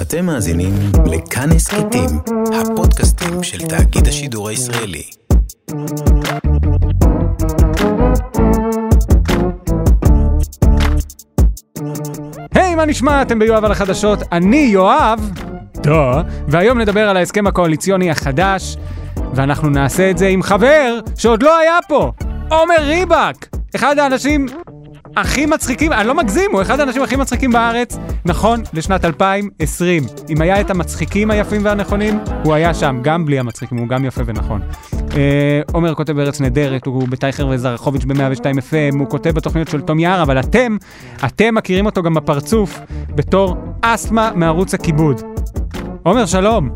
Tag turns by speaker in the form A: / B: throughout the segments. A: אתם מאזינים לכאן הסכתים, הפודקאסטים של תאגיד השידור הישראלי.
B: היי, מה נשמע? אתם ביואב על החדשות, אני יואב, דו, והיום נדבר על ההסכם הקואליציוני החדש, ואנחנו נעשה את זה עם חבר שעוד לא היה פה, עומר ריבק, אחד האנשים הכי מצחיקים, אני לא מגזים, הוא אחד האנשים הכי מצחיקים בארץ, נכון, לשנת 2020. אם היה את המצחיקים היפים והנכונים, הוא היה שם, גם בלי המצחיקים, הוא גם יפה ונכון. אה, עומר כותב בארץ נהדרת, הוא בטייכר וזרחוביץ' ב-102 FM, הוא כותב בתוכניות של תום יער, אבל אתם, אתם מכירים אותו גם בפרצוף, בתור אסתמה מערוץ הכיבוד. עומר, שלום.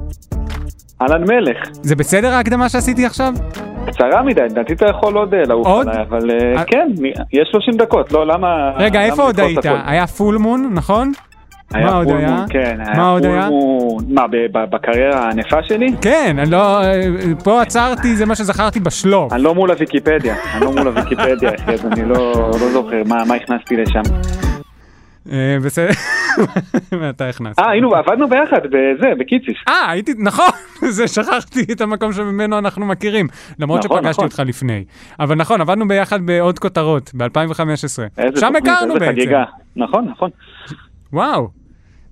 C: אהלן מלך,
B: זה בסדר ההקדמה שעשיתי עכשיו?
C: אה, קצרה מדי, לדעתי אתה יכול עוד אה, לעוף
B: עוד?
C: עליי, אבל אה,
B: אה.
C: כן, נ- יש 30 דקות, לא, למה...
B: רגע,
C: למה
B: איפה עוד
C: לקפוץ
B: היית?
C: הכל?
B: היה פול מון, נכון? מה עוד
C: פול
B: היה?
C: מון, כן,
B: מה עוד
C: פול
B: היה?
C: מון. מה, ב- ב- בקריירה הענפה שלי?
B: כן, אני לא... אה, פה עצרתי, זה מה שזכרתי בשלוף.
C: אני לא מול הוויקיפדיה, אני לא מול הוויקיפדיה, אחי, אז אני לא לא זוכר מה מה הכנסתי לשם.
B: אה, בסדר, ואתה הכנסת.
C: אה, היינו, עבדנו ביחד, בזה, בקיציס.
B: אה, הייתי, נכון, זה שכחתי את המקום שממנו אנחנו מכירים, למרות
C: נכון,
B: שפגשתי
C: נכון.
B: אותך לפני. אבל נכון, עבדנו ביחד בעוד כותרות, ב-2015.
C: איזה
B: שם
C: תוכנית,
B: הכרנו
C: איזה
B: בעצם.
C: חגיגה. נכון, נכון.
B: וואו.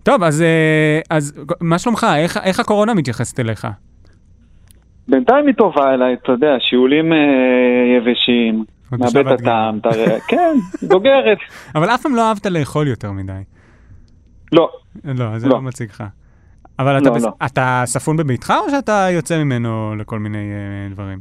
B: טוב, אז אה, אז מה שלומך? איך- איך הקורונה מתייחסת אליך?
C: בינתיים היא טובה אליי, אתה יודע, שיעולים אה, יבשים,
B: עוד
C: מאבד
B: בשבת
C: את הטעם, אתה רואה, כן, דוגרת.
B: אבל אף פעם לא אהבת לאכול יותר מדי.
C: לא,
B: לא, זה
C: לא.
B: לא מציג לך. אבל אתה
C: לא,
B: בס-
C: לא.
B: אתה ספון בביתך או שאתה יוצא ממנו לכל מיני אה, דברים?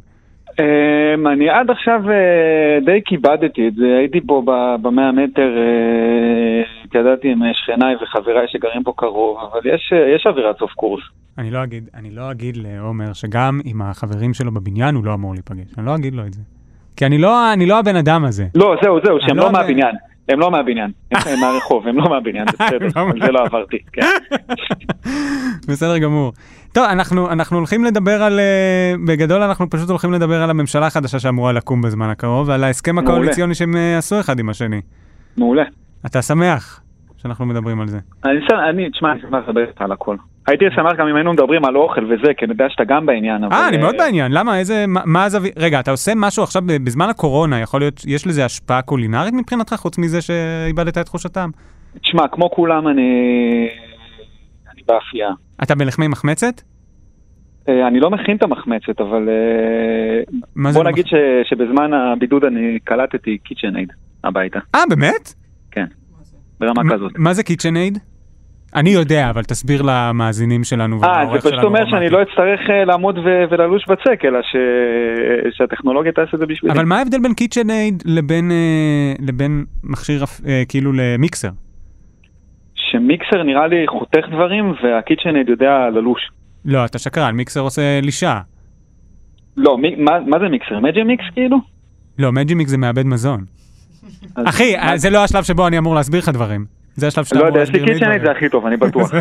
C: אמ, אני עד עכשיו אה, די כיבדתי את זה, הייתי פה ב- במאה מטר, אה, התיידדתי עם שכניי וחבריי שגרים פה קרוב, אבל יש, אה, יש אווירת סוף קורס.
B: אני לא אגיד, אני לא אגיד לעומר שגם עם החברים שלו בבניין הוא לא אמור להיפגש, אני לא אגיד לו את זה. כי אני לא, אני לא הבן אדם הזה.
C: לא, זהו, זהו, שהם
B: אני לא
C: לא
B: מבין.
C: מהבניין, הם לא מהבניין, הם הם מהרחוב, הם לא מהבניין, זה
B: הם
C: בסדר,
B: לא
C: על
B: מה-
C: זה לא עברתי, כן.
B: בסדר גמור. טוב, אנחנו, אנחנו הולכים לדבר על, אה, בגדול אנחנו פשוט הולכים לדבר על הממשלה החדשה שאמורה לקום בזמן הקרוב, ועל ההסכם
C: מעולה.
B: הקואליציוני שהם אה, עשו אחד עם השני.
C: מעולה.
B: אתה שמח שאנחנו מדברים על זה.
C: אני, ש- אני, תשמע, אני שמח לדבר איתך על הכל. הייתי שמח גם אם היינו מדברים על אוכל וזה, כי אני יודע שאתה גם בעניין, אבל...
B: אוקיי. אה, אני מאוד
C: אה,
B: בעניין, למה, איזה, מה- מה הזווית, רגע, אתה עושה משהו עכשיו ב- בזמן הקורונה, יכול להיות, יש לזה השפעה קולינרית מבחינתך, חוץ מזה שאיבדת את תחושתם?
C: תשמע, כמו כולם, אני... אני באפייה.
B: אתה בלחמי מחמצת?
C: אה, אני לא מכין את המחמצת, אבל אה,
B: מה זה
C: בוא
B: לא
C: נגיד ש, שבזמן הבידוד אני קלטתי קיצ'נייד הביתה,
B: אה, באמת?
C: ברמה
B: מה-
C: כזאת.
B: מה זה קיצ'נייד? אני יודע, אבל תסביר למאזינים שלנו
C: אה,
B: ולעורך
C: זה
B: שלנו.
C: פשוט אומר שאני
B: רומנטי.
C: לא אצטרך אה, לעמוד ו- וללוש בצק, אלא ש... שהטכנולוגיה תעשה את זה בשבילי.
B: אבל מה ההבדל בין קיצ'נייד לבין אה, לבין מכשיר אפ- אה, כאילו למיקסר?
C: שמיקסר נראה לי חותך דברים והקיצ'נייד יודע ללוש.
B: לא, אתה שקרן, מיקסר עושה לישה.
C: לא, מי, מה, מה זה מיקסר? מג'י מיקס כאילו?
B: לא, מג'ימיקס זה מעבד מזון.
C: אז-
B: אחי, אה,
C: מה-
B: זה לא השלב שבו אני אמור להסביר לך דברים. זה השלב שאתה
C: לא
B: אמור
C: יודע, יש
B: להסביר
C: לי
B: לי
C: קיצ'נייד זה
B: דברים.
C: הכי טוב, אני בטוח.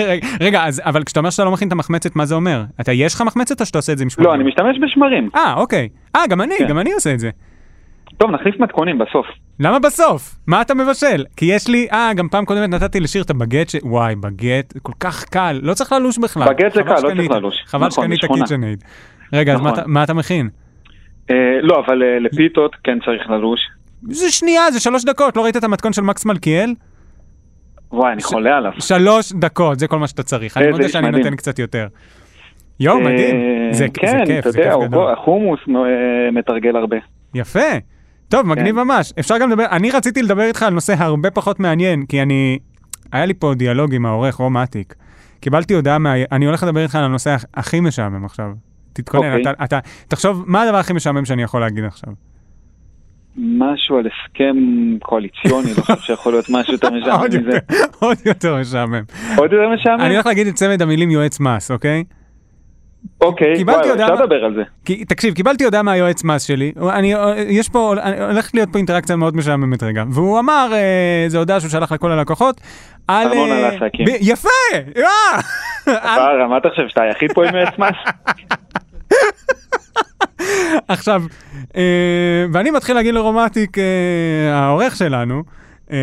B: רגע, רגע, אז- אבל כשאתה אומר שאתה לא מכין את המחמצת, מה זה אומר? אתה, יש לך מחמצת או שאתה עושה את זה עם שמרים?
C: לא, אני משתמש בשמרים.
B: אה, אוקיי. אה, גם אני,
C: כן.
B: גם אני עושה את זה.
C: טוב, נחליף מתכונים בסוף.
B: למה בסוף? מה אתה מבשל? כי יש לי, אה, גם פעם קודמת נתתי לשיר את הבגט, ש... וואי, בגט, כל כך קל, לא צריך ללוש בכלל.
C: בגט זה
B: חבל
C: קל, לא
B: שקנית.
C: צריך ללוש.
B: חבל
C: נכון,
B: שקנית
C: משכונה.
B: קיצ'נייד. רגע, אז מה
C: נכון.
B: אתה- מה אתה מכין?
C: אה, לא, אבל אה, לפיתות כן צריך ללוש.
B: זה שנייה, זה שלוש דקות, לא ראית את המתכון של מקס מלכיאל?
C: וואי, אני חולה עליו.
B: שלוש דקות, זה כל מה שאתה צריך. אני
C: איזה
B: מודה
C: איש
B: שאני
C: אה, מדהים.
B: נותן קצת יותר. יואו, מדהים.
C: אה,
B: זה זה
C: כן,
B: כיף,
C: אתה
B: זה כיף
C: יודע, הוא-
B: גדול.
C: החומוס אה, מתרגל הרבה.
B: יפה. טוב, מגניב
C: כן.
B: ממש. אפשר גם לדבר, אני רציתי לדבר איתך על נושא הרבה פחות מעניין, כי אני... היה לי פה דיאלוג עם העורך רום אטיק. קיבלתי הודעה מה... אני הולך לדבר איתך על הנושא הכ- הכי משעמם עכשיו. תתכונן,
C: אוקיי.
B: אתה, אתה... תחשוב, מה הדבר הכי משעמם שאני יכול להגיד עכשיו?
C: משהו על הסכם קואליציוני, לא חושב שיכול להיות משהו יותר
B: עוד
C: משעמם מזה.
B: יותר, עוד יותר משעמם.
C: עוד יותר משעמם?
B: אני הולך להגיד את צמד המילים יועץ מס, אוקיי?
C: אוקיי,
B: קיבלתי
C: וואי,
B: הודעה-
C: אפשר לדבר על זה.
B: כי, תקשיב, קיבלתי הודעה מהיועץ מס שלי, הוא- אני, יש פה, אני- הולכת להיות פה אינטראקציה מאוד משעממת רגע, והוא אמר, אה, זו הודעה שהוא שלח לכל הלקוחות, על...
C: ארנונה
B: אה,
C: לעסקים.
B: ב- יפה! אה! על-
C: פרה, מה אתה חושב, שאתה היחיד פה עם עץ מס?
B: עכשיו, אה, ואני מתחיל להגיד לרומטיק, אה, העורך שלנו, אה,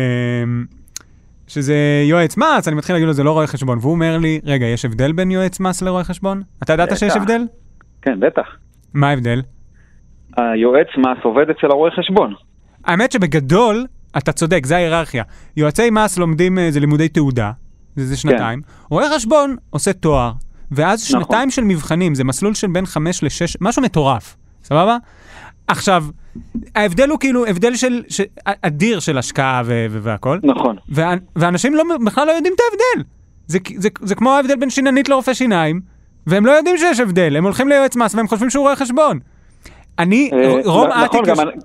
B: שזה יועץ מס, אני מתחיל להגיד לו, זה לא רואה חשבון. והוא אומר לי, רגע, יש הבדל בין יועץ מס לרואה חשבון? אתה ידעת
C: בטח.
B: שיש הבדל?
C: כן, בטח.
B: מה ההבדל?
C: היועץ מס עובד אצל הרואה חשבון.
B: האמת שבגדול, אתה צודק, זה ההיררכיה. יועצי מס לומדים, אה, זה לימודי תעודה, זה, זה שנתיים. רואה חשבון עושה תואר, ואז
C: כן. נכון.
B: שנתיים של מבחנים, זה מסלול של בין חמש לשש, משהו מטורף, סבבה? עכשיו, ההבדל הוא כאילו הבדל של, ש, אדיר של השקעה ו, ו, והכל,
C: נכון.
B: ואנ- ואנשים לא, בכלל לא יודעים את ההבדל. זה, כ- זה, זה כמו ההבדל בין שיננית לרופא שיניים, והם לא יודעים שיש הבדל, הם הולכים ליועץ מס והם חושבים שהוא רואה חשבון. אני,
C: אה,
B: רום
C: נ- נכון,
B: אטיק...
C: גם אני-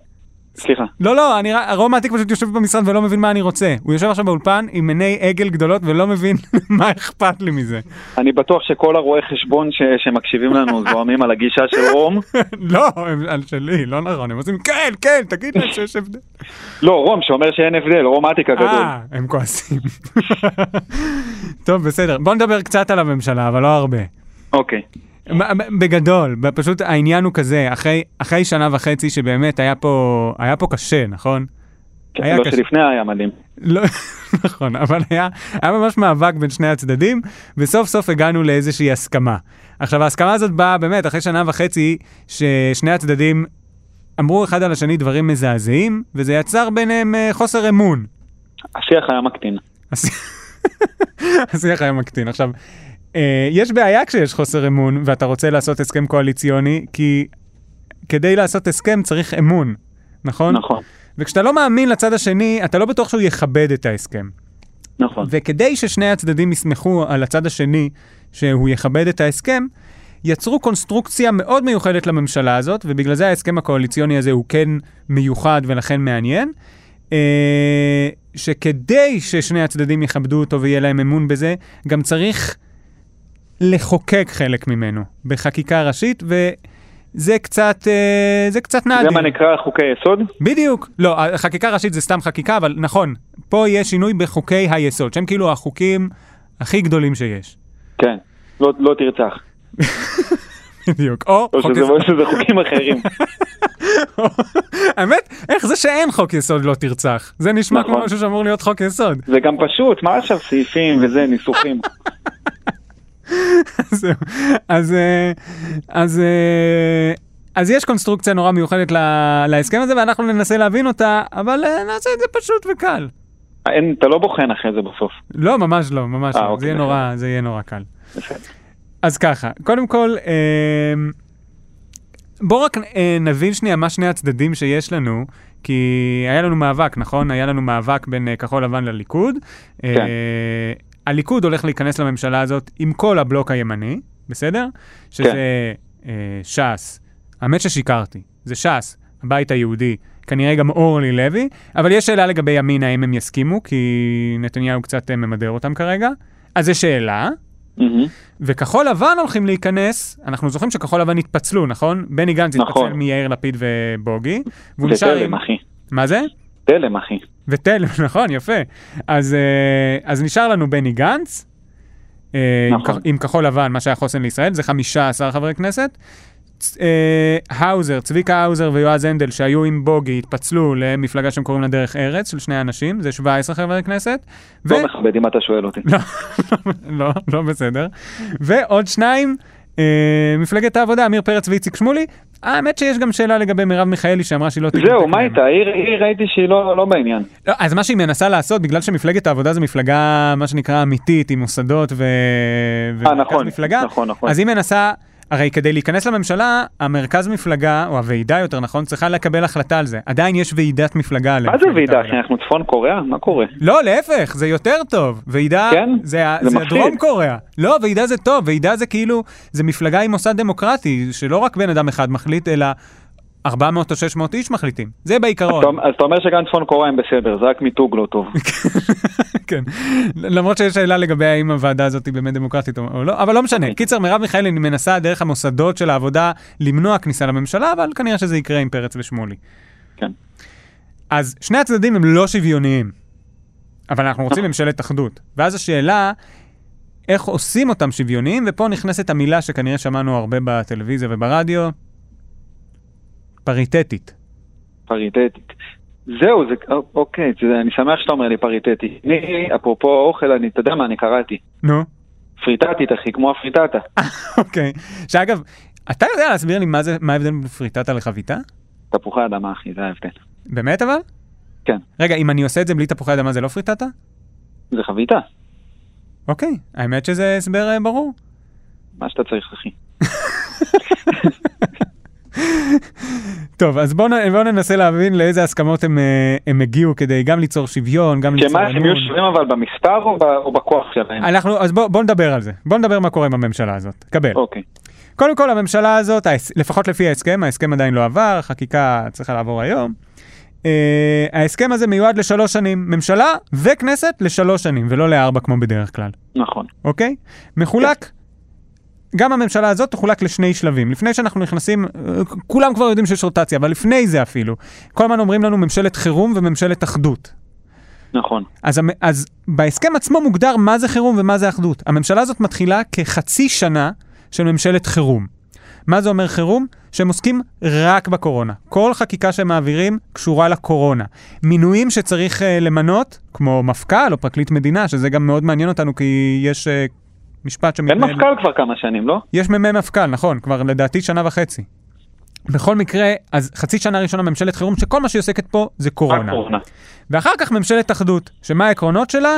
C: סליחה.
B: לא, לא, אני, ר- רום אטיק פשוט יושב במשרד ולא מבין מה אני רוצה. הוא יושב עכשיו באולפן עם עיני עגל גדולות ולא מבין מה אכפת לי מזה.
C: אני בטוח שכל הרואי חשבון ש- שמקשיבים לנו זועמים על הגישה של רום.
B: לא, הם על שלי, לא נכון, הם עושים כן, כן, תגיד להם שיש הבדל.
C: לא, רום שאומר שאין הבדל, רום אטיק הגדול.
B: אה, הם כועסים. טוב, בסדר. בוא נדבר קצת על הממשלה, אבל לא הרבה.
C: אוקיי.
B: מה- בגדול, ב- פשוט העניין הוא כזה, אחרי, אחרי שנה וחצי שבאמת היה פה, היה פה קשה, נכון?
C: כן,
B: היה
C: לא
B: קשה.
C: שלפני היה מדהים.
B: לא, נכון, אבל היה, היה ממש מאבק בין שני הצדדים, וסוף סוף הגענו לאיזושהי הסכמה. עכשיו, ההסכמה הזאת באה באמת אחרי שנה וחצי ששני הצדדים אמרו אחד על השני דברים מזעזעים, וזה יצר ביניהם אה, חוסר אמון.
C: השיח היה מקטין.
B: אז- השיח היה מקטין. עכשיו, אה, יש בעיה כשיש חוסר אמון ואתה רוצה לעשות הסכם קואליציוני, כי כדי לעשות הסכם צריך אמון, נכון?
C: נכון,
B: וכשאתה לא מאמין לצד השני, אתה לא בטוח שהוא יכבד את ההסכם.
C: נכון.
B: וכדי ששני הצדדים יסמכו על הצד השני שהוא יכבד את ההסכם, יצרו קונסטרוקציה מאוד מיוחדת לממשלה הזאת, ובגלל זה ההסכם הקואליציוני הזה הוא כן מיוחד ולכן מעניין, אה, שכדי ששני הצדדים יכבדו אותו ויהיה להם אמון בזה, גם צריך לחוקק חלק ממנו בחקיקה ראשית, וזה קצת, אה, זה קצת נדיר.
C: זה מה נקרא חוקי יסוד?
B: בדיוק. לא, חקיקה ראשית זה סתם חקיקה, אבל נכון, פה יש שינוי בחוקי היסוד, שהם כאילו החוקים הכי גדולים שיש.
C: כן. לא- לא תרצח.
B: בדיוק. או
C: או
B: חוק
C: שזה-
B: יסוד.
C: או שזה חוקים אחרים.
B: האמת, איך זה שאין חוק יסוד לא תרצח? זה נשמע כמו
C: נכון.
B: משהו שאמור להיות חוק יסוד.
C: זה גם פשוט, מה עכשיו סעיפים וזה, ניסוחים.
B: זהו. אז, אה, אז, אה, אז יש קונסטרוקציה נורא מיוחדת ל- להסכם הזה, ואנחנו ננסה להבין אותה, אבל אה, נעשה את זה פשוט וקל.
C: אין- אתה לא בוחן אחרי זה בסוף.
B: לא, ממש לא, ממש
C: אה,
B: לא. זה
C: אוקיי,
B: יהיה
C: בסדר.
B: נורא, זה יהיה נורא קל. אז ככה, קודם כל, אה, בואו רק אה, נבין שנייה מה שני הצדדים שיש לנו, כי היה לנו מאבק, נכון? היה לנו מאבק בין אה, כחול לבן לליכוד. אה,
C: כן.
B: הליכוד הולך להיכנס לממשלה הזאת עם כל הבלוק הימני, בסדר? שזה אה, ש"ס. האמת ששיקרתי, זה ש"ס, הבית היהודי, כנראה גם אורלי לוי, אבל יש שאלה לגבי ימינה, האם הם יסכימו, כי נתניהו קצת אה, ממדר אותם כרגע. אז זו שאלה.
C: מהמם.
B: וכחול לבן הולכים להיכנס, אנחנו זוכרים שכחול לבן התפצלו, נכון? בני גנץ
C: נכון.
B: התפצל מיאיר לפיד ובוגי, והוא נשאר עם...
C: ותלם, אחי.
B: מה זה?
C: תלם, אחי.
B: ותלם, נכון, יפה. אז, אה, אז נשאר לנו בני גנץ, אה, עם
C: נכון.
B: כ- עם כחול לבן, מה שהיה חוסן לישראל, זה 15 חברי כנסת. צ- אה, האוזר, צביקה האוזר ויועז הנדל שהיו עם בוגי, התפצלו למפלגה שהם קוראים לה דרך ארץ, של שני אנשים, זה 17 חברי כנסת. ו-
C: לא מכבד אם אתה שואל אותי.
B: לא, לא, לא בסדר. ועוד שניים, אה, מפלגת העבודה, עמיר פרץ ואיציק שמולי. האמת שיש גם שאלה לגבי מרב מיכאלי שאמרה שהיא לא תיקון
C: זהו,
B: תקנון.
C: מה איתה? היא- היא ראיתי שהיא לא לא בעניין.
B: לא, אז מה שהיא מנסה לעשות, בגלל שמפלגת העבודה זו מפלגה, מה שנקרא, אמיתית, עם מוסדות ו...
C: אה,
B: ומרכז
C: נכון,
B: מפלגה,
C: נכון, נכון.
B: אז היא מנסה, הרי כדי להיכנס לממשלה, המרכז מפלגה, או הוועידה יותר נכון, צריכה לקבל החלטה על זה. עדיין יש ועידת מפלגה עליה.
C: מה זה ועידה, אחי? אנחנו צפון קוריאה? מה קורה?
B: לא, להפך, זה יותר טוב. ועידה,
C: כן?
B: זה, ה-
C: זה
B: זה
C: מפחיד.
B: הדרום קוריאה. לא, ועידה זה טוב, ועידה זה כאילו, זה מפלגה עם מוסד דמוקרטי, שלא רק בן אדם אחד מחליט, אלא 400 או 600 איש מחליטים. זה בעיקרון.
C: אתה- אז אתה אומר שגם צפון קוריאה הם בסדר, זה רק מיתוג לא טוב.
B: כן. למרות שיש שאלה לגבי האם הוועדה הזאת היא באמת דמוקרטית או- או לא, אבל לא
C: אוקיי.
B: משנה. קיצר, מרב מיכאלי מנסה דרך המוסדות של העבודה למנוע כניסה לממשלה, אבל כנראה שזה יקרה עם פרץ ושמולי.
C: כן.
B: אז שני הצדדים הם לא שוויוניים, אבל אנחנו
C: לא.
B: רוצים ממשלת אחדות. ואז השאלה, איך עושים אותם שוויוניים, ופה נכנסת המילה שכנראה שמענו הרבה בטלוויזיה וברדיו, פריטטית.
C: פריטטית. זהו, זה, אוקיי, אתה יודע, אני שמח שאתה אומר לי פריטטי. אני, אפרופו אוכל, אני, אתה יודע מה, אני קראתי.
B: נו,
C: פריטטית, אחי, כמו הפריטטה.
B: אוקיי. שאגב, אתה יודע להסביר לי מה זה, מה ההבדל בין פריטטה לחביתה?
C: תפוחי אדמה, אחי, זה ההבדל.
B: באמת אבל?
C: כן.
B: רגע, אם אני עושה את זה בלי תפוחי אדמה זה לא פריטטה?
C: זה חביתה,
B: אוקיי, האמת שזה הסבר אה, ברור.
C: מה שאתה צריך, אחי.
B: טוב, אז בואו בוא ננסה להבין לאיזה הסכמות הם, אה, הם הגיעו כדי גם ליצור שוויון, גם ליצור...
C: שמה, הם יהיו
B: אמון.
C: שווים אבל במספר או ב- או בכוח שלהם?
B: אנחנו, אז בואו בוא נדבר על זה. בואו נדבר מה קורה עם הממשלה הזאת. קבל.
C: אוקיי.
B: קודם כל, הממשלה הזאת, ההס- לפחות לפי ההסכם, ההסכם עדיין לא עבר, החקיקה צריכה לעבור היום. Uh, ההסכם הזה מיועד לשלוש שנים, ממשלה וכנסת לשלוש שנים, ולא לארבע כמו בדרך כלל,
C: נכון.
B: אוקיי? מחולק, גם הממשלה הזאת תחולק לשני שלבים. לפני שאנחנו נכנסים, אה, כ- כולם כבר יודעים שיש רוטציה, אבל לפני זה אפילו. כל הזמן אומרים לנו ממשלת חירום וממשלת אחדות.
C: נכון.
B: אז, המ- אז בהסכם עצמו מוגדר מה זה חירום ומה זה אחדות. הממשלה הזאת מתחילה כחצי שנה של ממשלת חירום. מה זה אומר חירום? שהם עוסקים רק בקורונה. כל חקיקה שהם מעבירים קשורה לקורונה. מינויים שצריך uh, למנות, כמו מפכ"ל או פרקליט מדינה, שזה גם מאוד מעניין אותנו כי יש uh, משפט
C: אין
B: שמתנהל...
C: מפכ"ל כבר כמה שנים, לא?
B: יש מ"מ מפכ"ל, נכון, כבר לדעתי שנה וחצי. בכל מקרה, אז חצי שנה ראשונה ממשלת חירום, שכל מה שהיא עוסקת פה זה
C: רק
B: קורונה.
C: קורונה.
B: ואחר כך ממשלת אחדות, שמה העקרונות שלה?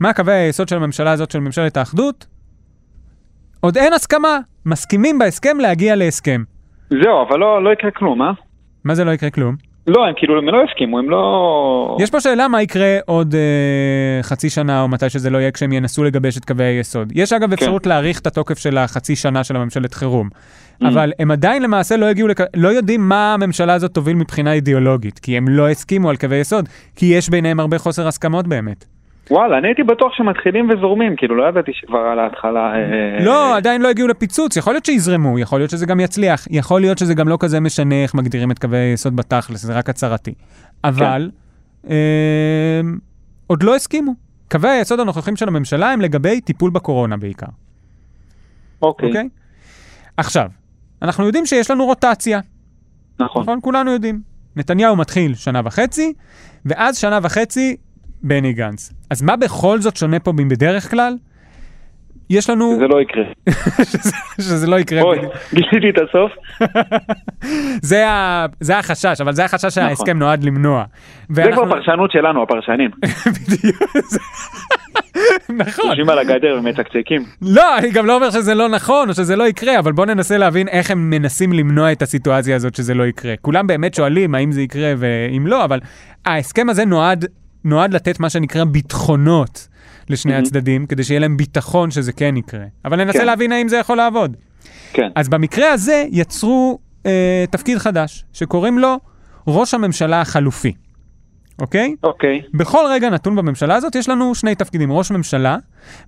B: מה קווי היסוד של הממשלה הזאת, של ממשלת האחדות? עוד אין הסכמה, מסכימים בהסכם להגיע להסכם.
C: זהו, אבל לא לא יקרה כלום, אה?
B: מה זה לא יקרה כלום?
C: לא, הם כאילו, הם לא יסכימו, הם לא...
B: יש פה שאלה מה יקרה עוד אה, חצי שנה או מתי שזה לא יהיה כשהם ינסו לגבש את קווי היסוד. יש אגב אפשרות להאריך את התוקף של החצי שנה של הממשלת חירום, אבל הם עדיין למעשה לא הגיעו, לכ... לא יודעים מה הממשלה הזאת תוביל מבחינה אידיאולוגית, כי הם לא הסכימו על קווי יסוד, כי יש ביניהם הרבה חוסר הסכמות באמת.
C: וואלה, אני הייתי בטוח שמתחילים וזורמים, כאילו, לא ידעתי שכבר על ההתחלה... אה,
B: לא, עדיין לא הגיעו לפיצוץ, יכול להיות שיזרמו, יכול להיות שזה גם יצליח, יכול להיות שזה גם לא כזה משנה איך מגדירים את קווי היסוד בתכלס, זה רק הצהרתי. אבל,
C: כן.
B: אה, עוד לא הסכימו. קווי היסוד הנוכחים של הממשלה הם לגבי טיפול בקורונה בעיקר,
C: כן. אוקיי,
B: אוקיי? עכשיו, אנחנו יודעים שיש לנו רוטציה,
C: נכון.
B: נכון? כולנו יודעים. נתניהו מתחיל שנה וחצי, ואז שנה וחצי בני גנץ. אז מה בכל זאת שונה פה מבדרך כלל? יש לנו...
C: זה לא יקרה.
B: שזה- שזה לא יקרה.
C: אוי, גיליתי את הסוף.
B: זה, ה... זה החשש, אבל זה החשש שההסכם
C: נכון.
B: נועד למנוע.
C: זה כבר פרשנות שלנו, הפרשנים.
B: נכון. בדיוק. זה- נכון.
C: יושבים על הגדר ומצקצקים.
B: לא, אני גם לא אומר שזה לא נכון או שזה לא יקרה, אבל בואו ננסה להבין איך הם מנסים למנוע את הסיטואציה הזאת שזה לא יקרה. כולם באמת שואלים האם זה יקרה ואם לא, אבל ההסכם הזה נועד, נועד לתת מה שנקרא ביטחונות לשני
C: מהמם.
B: הצדדים, כדי שיהיה להם ביטחון שזה כן יקרה. אבל ננסה
C: כן.
B: להבין האם זה יכול לעבוד.
C: כן.
B: אז במקרה הזה יצרו אה, תפקיד חדש, שקוראים לו ראש הממשלה החלופי, אוקיי?
C: אוקיי,
B: בכל רגע נתון בממשלה הזאת יש לנו שני תפקידים, ראש ממשלה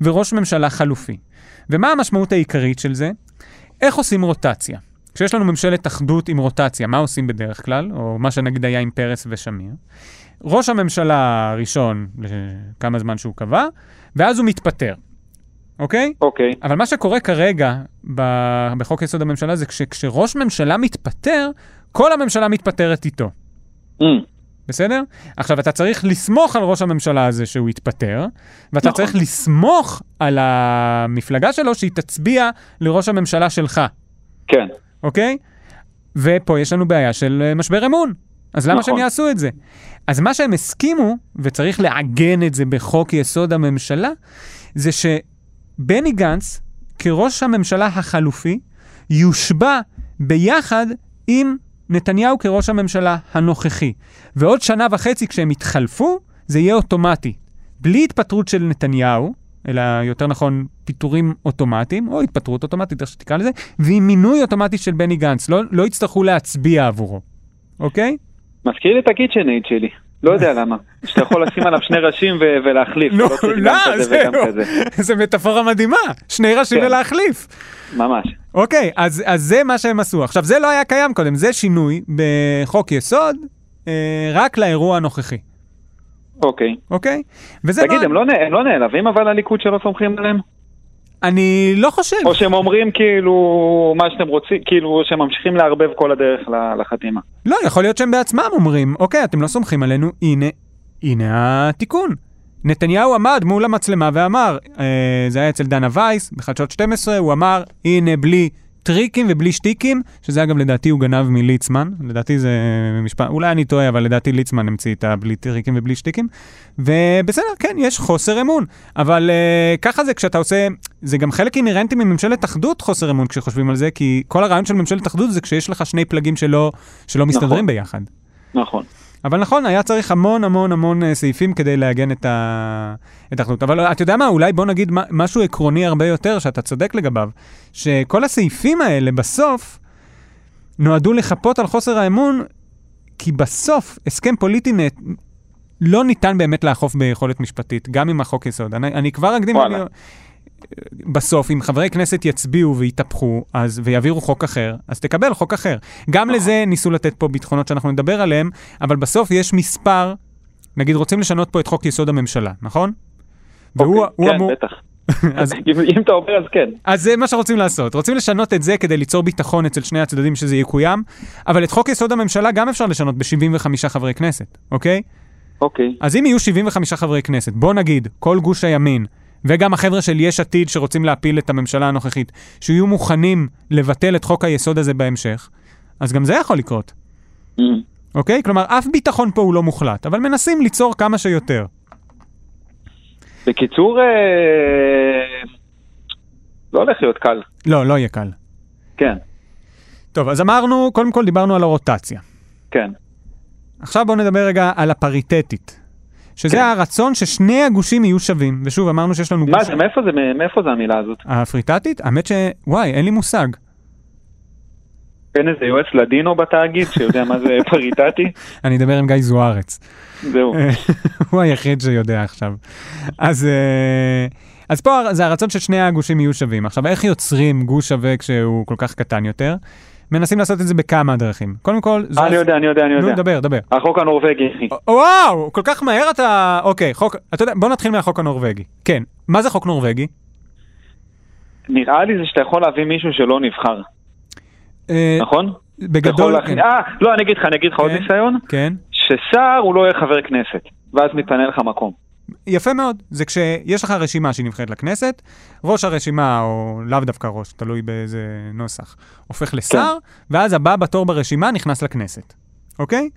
B: וראש ממשלה חלופי. ומה המשמעות העיקרית של זה? איך עושים רוטציה? כשיש לנו ממשלת אחדות עם רוטציה, מה עושים בדרך כלל? או מה שנגיד היה עם פרס ושמיר. ראש הממשלה הראשון, כמה זמן שהוא קבע, ואז הוא מתפטר, אוקיי?
C: אוקיי.
B: אבל מה שקורה כרגע ב- בחוק יסוד הממשלה זה כשכשראש ממשלה מתפטר, כל הממשלה מתפטרת איתו,
C: אמ,
B: בסדר? עכשיו, אתה צריך לסמוך על ראש הממשלה הזה שהוא התפטר, ואתה
C: נכון.
B: נכון. צריך לסמוך על המפלגה שלו שהיא תצביע לראש הממשלה שלך,
C: כן.
B: אוקיי? ופה יש לנו בעיה של אה, משבר אמון. אז למה
C: נכון.
B: שהם יעשו את זה? אז מה שהם הסכימו, וצריך לעגן את זה בחוק יסוד הממשלה, זה שבני גנץ, כראש הממשלה החלופי, יושבע ביחד עם נתניהו כראש הממשלה הנוכחי. ועוד שנה וחצי כשהם יתחלפו, זה יהיה אוטומטי. בלי התפטרות של נתניהו, אלא יותר נכון פיטורים אוטומטיים, או התפטרות אוטומטית, איך שתקרא לזה, ועם מינוי אוטומטי של בני גנץ. לא, לא יצטרכו להצביע עבורו, אוקיי?
C: מזכיר לי את הקיצ'נייד שלי. לא יודע למה. שאתה יכול לשים עליו שני ראשים ו- ולהחליף.
B: לא,
C: אתה צריך גם
B: לא,
C: כזה
B: זהו.
C: וגם כזה.
B: זה מטאפורה מדהימה, שני ראשים
C: כן.
B: ולהחליף.
C: ממש.
B: אוקיי, אז, אז זה מה שהם עשו. עכשיו, זה לא היה קיים קודם, זה שינוי בחוק יסוד, אה, רק לאירוע הנוכחי,
C: אוקיי.
B: אוקיי? לא- וזה
C: תגיד, לא-
B: נועד-
C: הם לא נ- הם לא נעלבים אבל הליכוד שלא סומכים עליהם?
B: אני לא חושב.
C: או שהם אומרים כאילו מה שאתם רוצים, כאילו שהם ממשיכים לערבב כל הדרך ל- לחתימה.
B: לא, יכול להיות שהם בעצמם אומרים, אוקיי, אתם לא סומכים עלינו, הנה, הנה התיקון. נתניהו עמד מול המצלמה ואמר, אה, זה היה אצל דנה וייס, בחדשות 12, הוא אמר, הנה בלי טריקים ובלי שטיקים, שזה אגב לדעתי הוא גנב מליצמן, לדעתי זה אה, משפט, אולי אני טועה, אבל לדעתי ליצמן המציא את הבלי טריקים ובלי שטיקים, ובסדר, כן, יש חוסר אמון, אבל אה, ככה זה כשאתה עושה, זה גם חלק אינהרנטי מממשלת אחדות חוסר אמון כשחושבים על זה, כי כל הרעיון של ממשלת אחדות זה כשיש לך שני פלגים שלא, שלא מסתדרים
C: נכון.
B: ביחד.
C: נכון.
B: אבל נכון, היה צריך המון המון המון אה, סעיפים כדי לעגן את ה- את האחדות. אבל אתה יודע מה, אולי בוא נגיד מה- משהו עקרוני הרבה יותר, שאתה צודק לגביו, שכל הסעיפים האלה בסוף נועדו לחפות על חוסר האמון, כי בסוף הסכם פוליטי נ... לא ניתן באמת לאכוף ביכולת משפטית, גם עם החוק יסוד. אני, אני כבר אקדים...
C: וואלה.
B: אני... בסוף, אם חברי כנסת יצביעו ויתהפכו, אז, ויעבירו חוק אחר, אז תקבל חוק אחר. גם לזה ניסו לתת פה ביטחונות שאנחנו נדבר עליהם, אבל בסוף יש מספר, נגיד רוצים לשנות פה את חוק יסוד הממשלה, נכון? והוא
C: אוקיי,
B: הוא
C: כן,
B: אמור...
C: בטח.
B: אז,
C: אם אם אתה אומר אז כן.
B: אז זה מה שרוצים לעשות. רוצים לשנות את זה כדי ליצור ביטחון אצל שני הצדדים שזה יקוים, אבל את חוק יסוד הממשלה גם אפשר לשנות ב-75 חברי כנסת, אוקיי?
C: אוקיי.
B: אז אם יהיו 75 חברי כנסת, בוא נגיד, כל גוש הימין, וגם החבר'ה של יש עתיד שרוצים להפיל את הממשלה הנוכחית, שיהיו מוכנים לבטל את חוק היסוד הזה בהמשך, אז גם זה יכול לקרות,
C: אמ,
B: אוקיי? כלומר, אף ביטחון פה הוא לא מוחלט, אבל מנסים ליצור כמה שיותר.
C: בקיצור, אה, לא הולך להיות קל.
B: לא, לא יהיה קל.
C: כן,
B: טוב, אז אמרנו, קודם כל דיברנו על הרוטציה.
C: כן.
B: עכשיו בואו נדבר רגע על הפריטטית. שזה
C: כן.
B: הרצון ששני הגושים יהו שווים, ושוב, אמרנו שיש לנו
C: מה זה, מאיפה זה, מאיפה זה המילה הזאת?
B: הפריטטית? האמת ש... וואי, אין לי מושג.
C: אין איזה יועץ לדינו בתאגיד שיודע מה זה פריטטי?
B: אני אדבר עם גיא זוארץ. אה,
C: זהו.
B: הוא היחיד שיודע עכשיו. אז, אה, אז פה הר- זה הרצון ששני הגושים יהיו שווים. עכשיו, איך יוצרים גוש שווה כשהוא כל כך קטן יותר? מנסים לעשות את זה בכמה דרכים. קודם כל, זו...
C: אה, אני יודע, אני יודע, אני
B: נו, אה.
C: יודע.
B: דבר, דבר.
C: החוק הנורבגי, אחי.
B: וואו, כל כך מהר אתה... אוקיי, חוק... אתה יודע, בוא נתחיל מהחוק הנורבגי. כן, מה זה חוק נורבגי?
C: נראה לי זה שאתה יכול להביא מישהו שלא נבחר,
B: אה,
C: נכון? אתה יכול
B: בגדול...
C: להכניס- אה, לא, אני אגיד לך, אני אגיד לך עוד
B: כן.
C: ניסיון,
B: כן.
C: ששר הוא לא יהיה חבר כנסת, ואז מתפנה לך מקום.
B: יפה מאוד, זה כשיש לך רשימה שהיא נבחרת לכנסת, ראש הרשימה, או לאו דווקא ראש, תלוי באיזה נוסח, הופך לשר, ואז הבא בתור ברשימה נכנס לכנסת, אוקיי?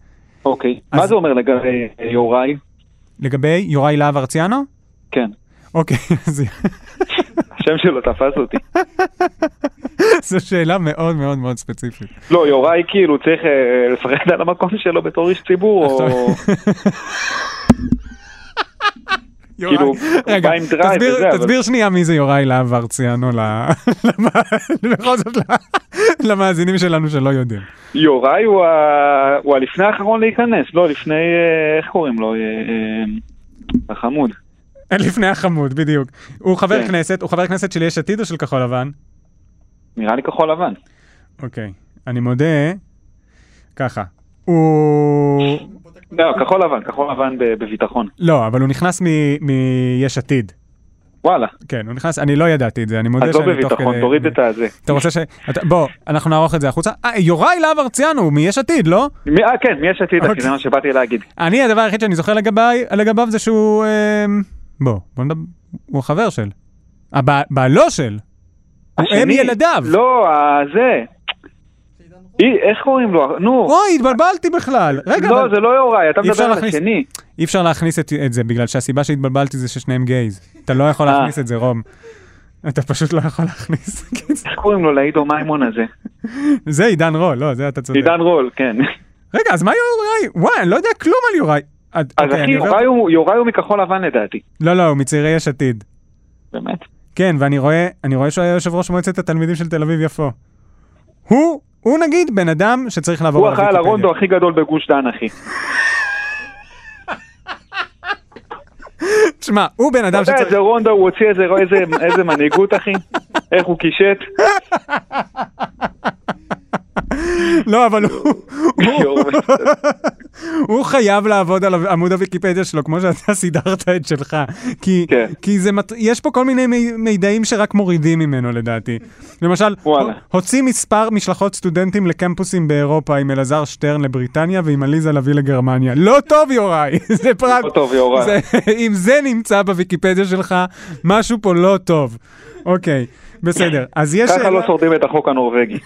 C: אוקיי.
B: אז-
C: מה זה אומר לגבי אה, יוראי?
B: לגבי יוראי להב הרציאנו?
C: כן.
B: אוקיי, אז
C: השם שלו תפס אותי.
B: זו שאלה מאוד מאוד מאוד ספציפית.
C: לא, יוראי כאילו צריך אה, לפחד על המקום שלו בתור איש ציבור, או...
B: יוראי-
C: כאילו,
B: רגע,
C: בא עם דרייב
B: תסביר-
C: וזה, אבל-
B: תסביר שנייה מי זה יוראי להב הרציאנו, ל- למ- בכל זאת ל- למאזינים שלנו שלא יודעים.
C: יוראי הוא ה- הוא הלפני האחרון להיכנס, לא, לפני, אה, איך קוראים לו? אה, אה, החמוד.
B: לפני החמוד, בדיוק. הוא חבר
C: כן.
B: כנסת, הוא חבר כנסת של יש עתיד או של כחול לבן?
C: נראה לי כחול לבן.
B: אוקיי, אני מודה, ככה, הוא...
C: לא, כחול לבן, כחול לבן ב- בביטחון.
B: לא, אבל הוא נכנס מ- מיש עתיד.
C: וואלה,
B: כן, הוא נכנס, אני לא ידעתי את זה, אני מודה
C: אז לא
B: שאני תוך
C: בביטחון,
B: כדי-
C: תוריד את הזה.
B: אתה רוצה ש... אתה- בוא, אנחנו נערוך את זה החוצה. אה, יוראי להב הרציאנו, הוא מיש עתיד, לא?
C: מי- אה, כן, מיש עתיד, אחי,
B: אוקיי.
C: זה מה שבאתי להגיד.
B: אני, הדבר היחיד שאני זוכר לגבי- לגביו זה שהוא... אמ, בוא, בוא נדבר... הוא חבר של. הבע- בעלו של. הוא אם
C: השני.
B: ילדיו.
C: לא, ה- זה. אי, איך קוראים לו? נו.
B: אוי, התבלבלתי בכלל. רגע,
C: לא,
B: אבל-
C: זה לא יוראי, אתה
B: אי אפשר
C: מדבר על
B: להכניס-
C: השני.
B: אי אפשר להכניס את, את זה, בגלל שהסיבה שהתבלבלתי זה ששניהם גייז. אתה לא יכול
C: אה.
B: להכניס את זה, רום. אתה פשוט לא יכול להכניס. כי זה-
C: איך קוראים לו לעידו מימון הזה?
B: זה עידן רול, לא, זה אתה צודק.
C: עידן רול, כן.
B: רגע, אז מה יוראי? וואי, אני לא יודע כלום על יוראי. עד-
C: אז
B: אוקיי,
C: אחי,
B: אני עובר-
C: יוראי הוא- יוראי הוא מכחול לבן לדעתי.
B: לא, לא, הוא מצעירי יש עתיד.
C: באמת?
B: כן, ואני רואה, אני רואה שהוא היה יושב ראש מועצת התלמידים של תל אביב-יפו. הוא, הוא נגיד בן אדם שצריך לעבור
C: הוא אחראי על הרונדו הכי גדול בגוש דן, אחי.
B: לא, שמע, הוא בן אדם
C: אתה יודע
B: שצריך...
C: איזה רונדו, הוא הוציא איזה- איזה- איזה מנהיגות, אחי? איך הוא קישט?
B: לא, אבל הוא... הוא-
C: יואו,
B: הוא חייב לעבוד על עמוד הוויקיפדיה שלו, כמו שאתה סידרת את שלך. כי,
C: כן.
B: כי זה מת... יש פה כל מיני מי- מידעים שרק מורידים ממנו, לדעתי. למשל,
C: וואלה.
B: הו- הוציא מספר משלחות סטודנטים לקמפוסים באירופה עם אלעזר שטרן לבריטניה ועם עליזה לביא לגרמניה. לא טוב, יוראי! זה פרט...
C: לא טוב, יוראי.
B: זה... אם זה נמצא בוויקיפדיה שלך, משהו פה לא טוב. אוקיי, בסדר. אז יש...
C: ככה
B: שאלה-
C: לא שורדים את החוק הנורבגי.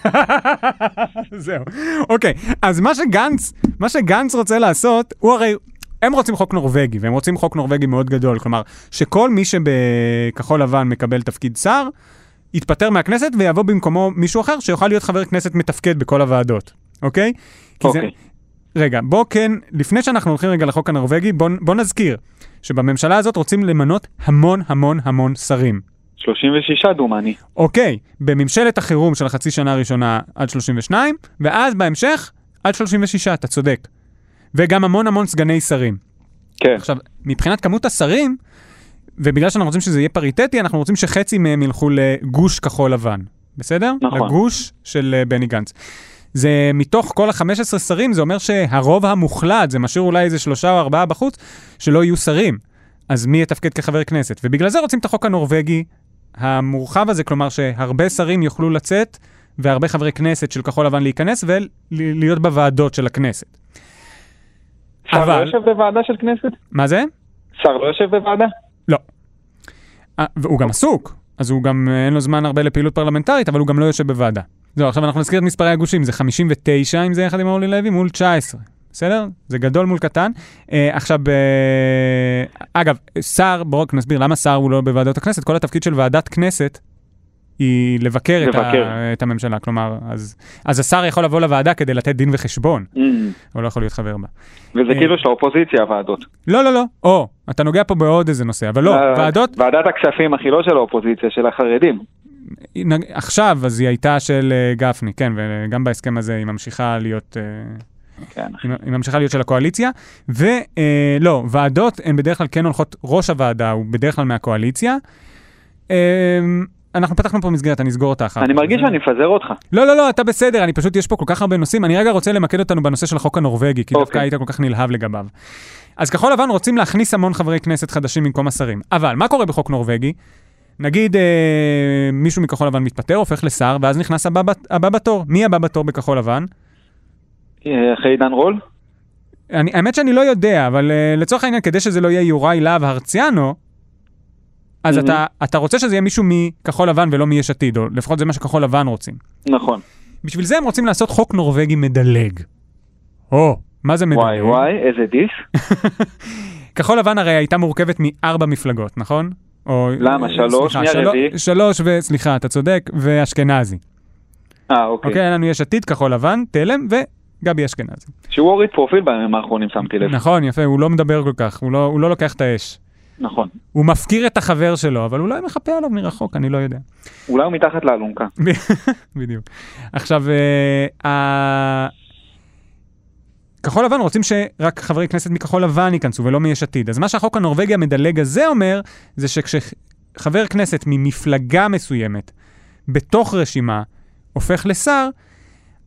B: זהו. אוקיי, אז מה שגנץ, מה שגנץ רוצה לעשות, הוא הרי... הם רוצים חוק נורבגי, והם רוצים חוק נורבגי מאוד גדול. כלומר, שכל מי שבכחול לבן מקבל תפקיד שר, יתפטר מהכנסת ויבוא במקומו מישהו אחר שיוכל להיות חבר כנסת מתפקד בכל הוועדות, אוקיי? כי זה-
C: אוקיי.
B: רגע, בוא כן, לפני שאנחנו הולכים רגע לחוק הנורבגי, בוא, בוא נזכיר שבממשלה הזאת רוצים למנות המון המון המון שרים.
C: 36 דומני.
B: אוקיי, בממשלת החירום של החצי שנה הראשונה עד 32, ואז בהמשך עד 36, אתה צודק. וגם המון המון סגני שרים.
C: כן.
B: עכשיו, מבחינת כמות השרים, ובגלל שאנחנו רוצים שזה יהיה פריטטי, אנחנו רוצים שחצי מהם ילכו לגוש כחול לבן, בסדר?
C: נכון.
B: לגוש של אה, בני גנץ. זה מתוך כל ה-15 שרים, זה אומר שהרוב המוחלט, זה משאיר אולי איזה שלושה או ארבעה בחוץ, שלא יהיו שרים. אז מי יתפקד כחבר כנסת? ובגלל זה רוצים את החוק הנורבגי המורחב הזה, כלומר שהרבה שרים יוכלו לצאת, והרבה חברי כנסת של כחול לבן להיכנס ולהיות בוועדות של הכנסת.
C: שר לא
B: אבל-
C: יושב בוועדה של כנסת?
B: מה זה?
C: שר לא יושב בוועדה?
B: לא. אה, והוא גם עסוק, אז הוא גם, אה, אין לו זמן הרבה לפעילות פרלמנטרית, אבל הוא גם לא יושב בוועדה. זהו, עכשיו אנחנו נזכיר את מספרי הגושים, זה 59 אם זה יחד עם אורלי לוי, מול 19, בסדר? זה גדול מול קטן. אה, עכשיו, אה, אגב, שר, בואו רק נסביר למה שר הוא לא בוועדות הכנסת, כל התפקיד של ועדת כנסת היא לבקר, את,
C: לבקר.
B: ה, את הממשלה, כלומר, אז, אז השר יכול לבוא לוועדה כדי לתת דין וחשבון,
C: אמ,
B: הוא לא יכול להיות חבר בה.
C: וזה
B: אה.
C: כאילו של האופוזיציה הוועדות.
B: לא, לא, לא, או, אתה נוגע פה בעוד איזה נושא, אבל לא,
C: אה,
B: ועדות,
C: ועדת הכספים, אחי, לא של האופוזיציה, של החרדים.
B: נג- עכשיו, אז היא הייתה של אה, גפני, כן, וגם בהסכם הזה היא ממשיכה להיות... אה,
C: כן.
B: היא היא ממשיכה להיות של הקואליציה, ולא, אה, לא, ועדות הן בדרך כלל כן הולכות, ראש הוועדה הוא בדרך כלל מהקואליציה. אה, אנחנו פתחנו פה מסגרת, אני אסגור אותה אחר
C: אני
B: כך,
C: מרגיש
B: בסדר?
C: שאני מפזר אותך.
B: לא, לא, לא, אתה בסדר, אני פשוט, יש פה כל כך הרבה נושאים. אני רגע רוצה למקד אותנו בנושא של החוק הנורבגי, כי דווקא
C: אוקיי.
B: היית כל כך נלהב לגביו. אז כחול לבן רוצים להכניס המון חברי כנסת חדשים במקום השרים. אבל מה קורה בחוק נורבגי? נגיד אה, מישהו מכחול לבן מתפטר, הופך לשר, ואז נכנס הבא, בת- הבא בתור. מי הבא בתור בכחול לבן?
C: אה, אחרי עידן רול?
B: אני, האמת שאני לא יודע, אבל אה, לצורך העניין, כדי שזה לא יהיה יוראי להב הרציאנו, אז
C: Mhm.
B: אתה, אתה רוצה שזה יהיה מישהו מכחול לבן ולא מיש עתיד, או לפחות זה מה שכחול לבן רוצים.
C: נכון.
B: בשביל זה הם רוצים לעשות חוק נורבגי מדלג. או, מה זה מדלג?
C: וואי וואי, איזה דיס.
B: כחול לבן הרי הייתה מורכבת מארבע מפלגות, נכון? או,
C: למה?
B: אה,
C: שלוש?
B: סליחה,
C: מי
B: שלו-
C: הרביעי?
B: שלוש ו... סליחה, אתה צודק, ואשכנזי.
C: אה, אוקיי.
B: אוקיי, היה לנו יש עתיד, כחול לבן, תלם וגבי אשכנזי.
C: שהוא הוריד פרופיל בימים האחרונים, שמתי לב.
B: נכון, יפה, הוא לא מדבר כל כך, הוא לא, הוא לא לוקח את האש.
C: נכון.
B: הוא מפקיר את החבר שלו, אבל אולי מחפה עליו מרחוק, אני לא יודע.
C: אולי הוא מתחת לאלונקה.
B: בדיוק. עכשיו, אה, ה... כחול לבן רוצים שרק חברי כנסת מכחול לבן ייכנסו ולא מיש עתיד. אז מה שהחוק הנורבגי המדלג הזה אומר, זה שכשחבר כנסת ממפלגה מסוימת בתוך רשימה הופך לשר,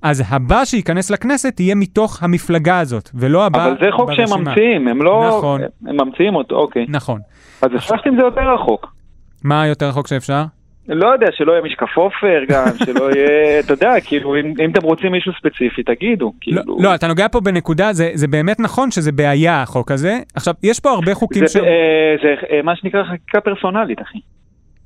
B: אז הבא שייכנס לכנסת יהיה מתוך המפלגה הזאת, ולא הבא
C: אבל
B: ברשימה.
C: זה חוק שהם ממציאים, הם לא...
B: נכון.
C: הם ממציאים אותו, אוקיי.
B: נכון.
C: אז הפכתי עם זה יותר רחוק.
B: מה יותר רחוק שאפשר?
C: לא יודע, שלא יהיה משקף עופר גם, שלא יהיה, אתה יודע, כאילו, אם, אם אתם רוצים מישהו ספציפי, תגידו. כאילו,
B: לא, לא, אתה נוגע פה בנקודה, זה, זה באמת נכון שזה בעיה החוק הזה. עכשיו, יש פה הרבה חוקים
C: זה,
B: ש...
C: אה, זה אה, מה שנקרא חקיקה פרסונלית, אחי.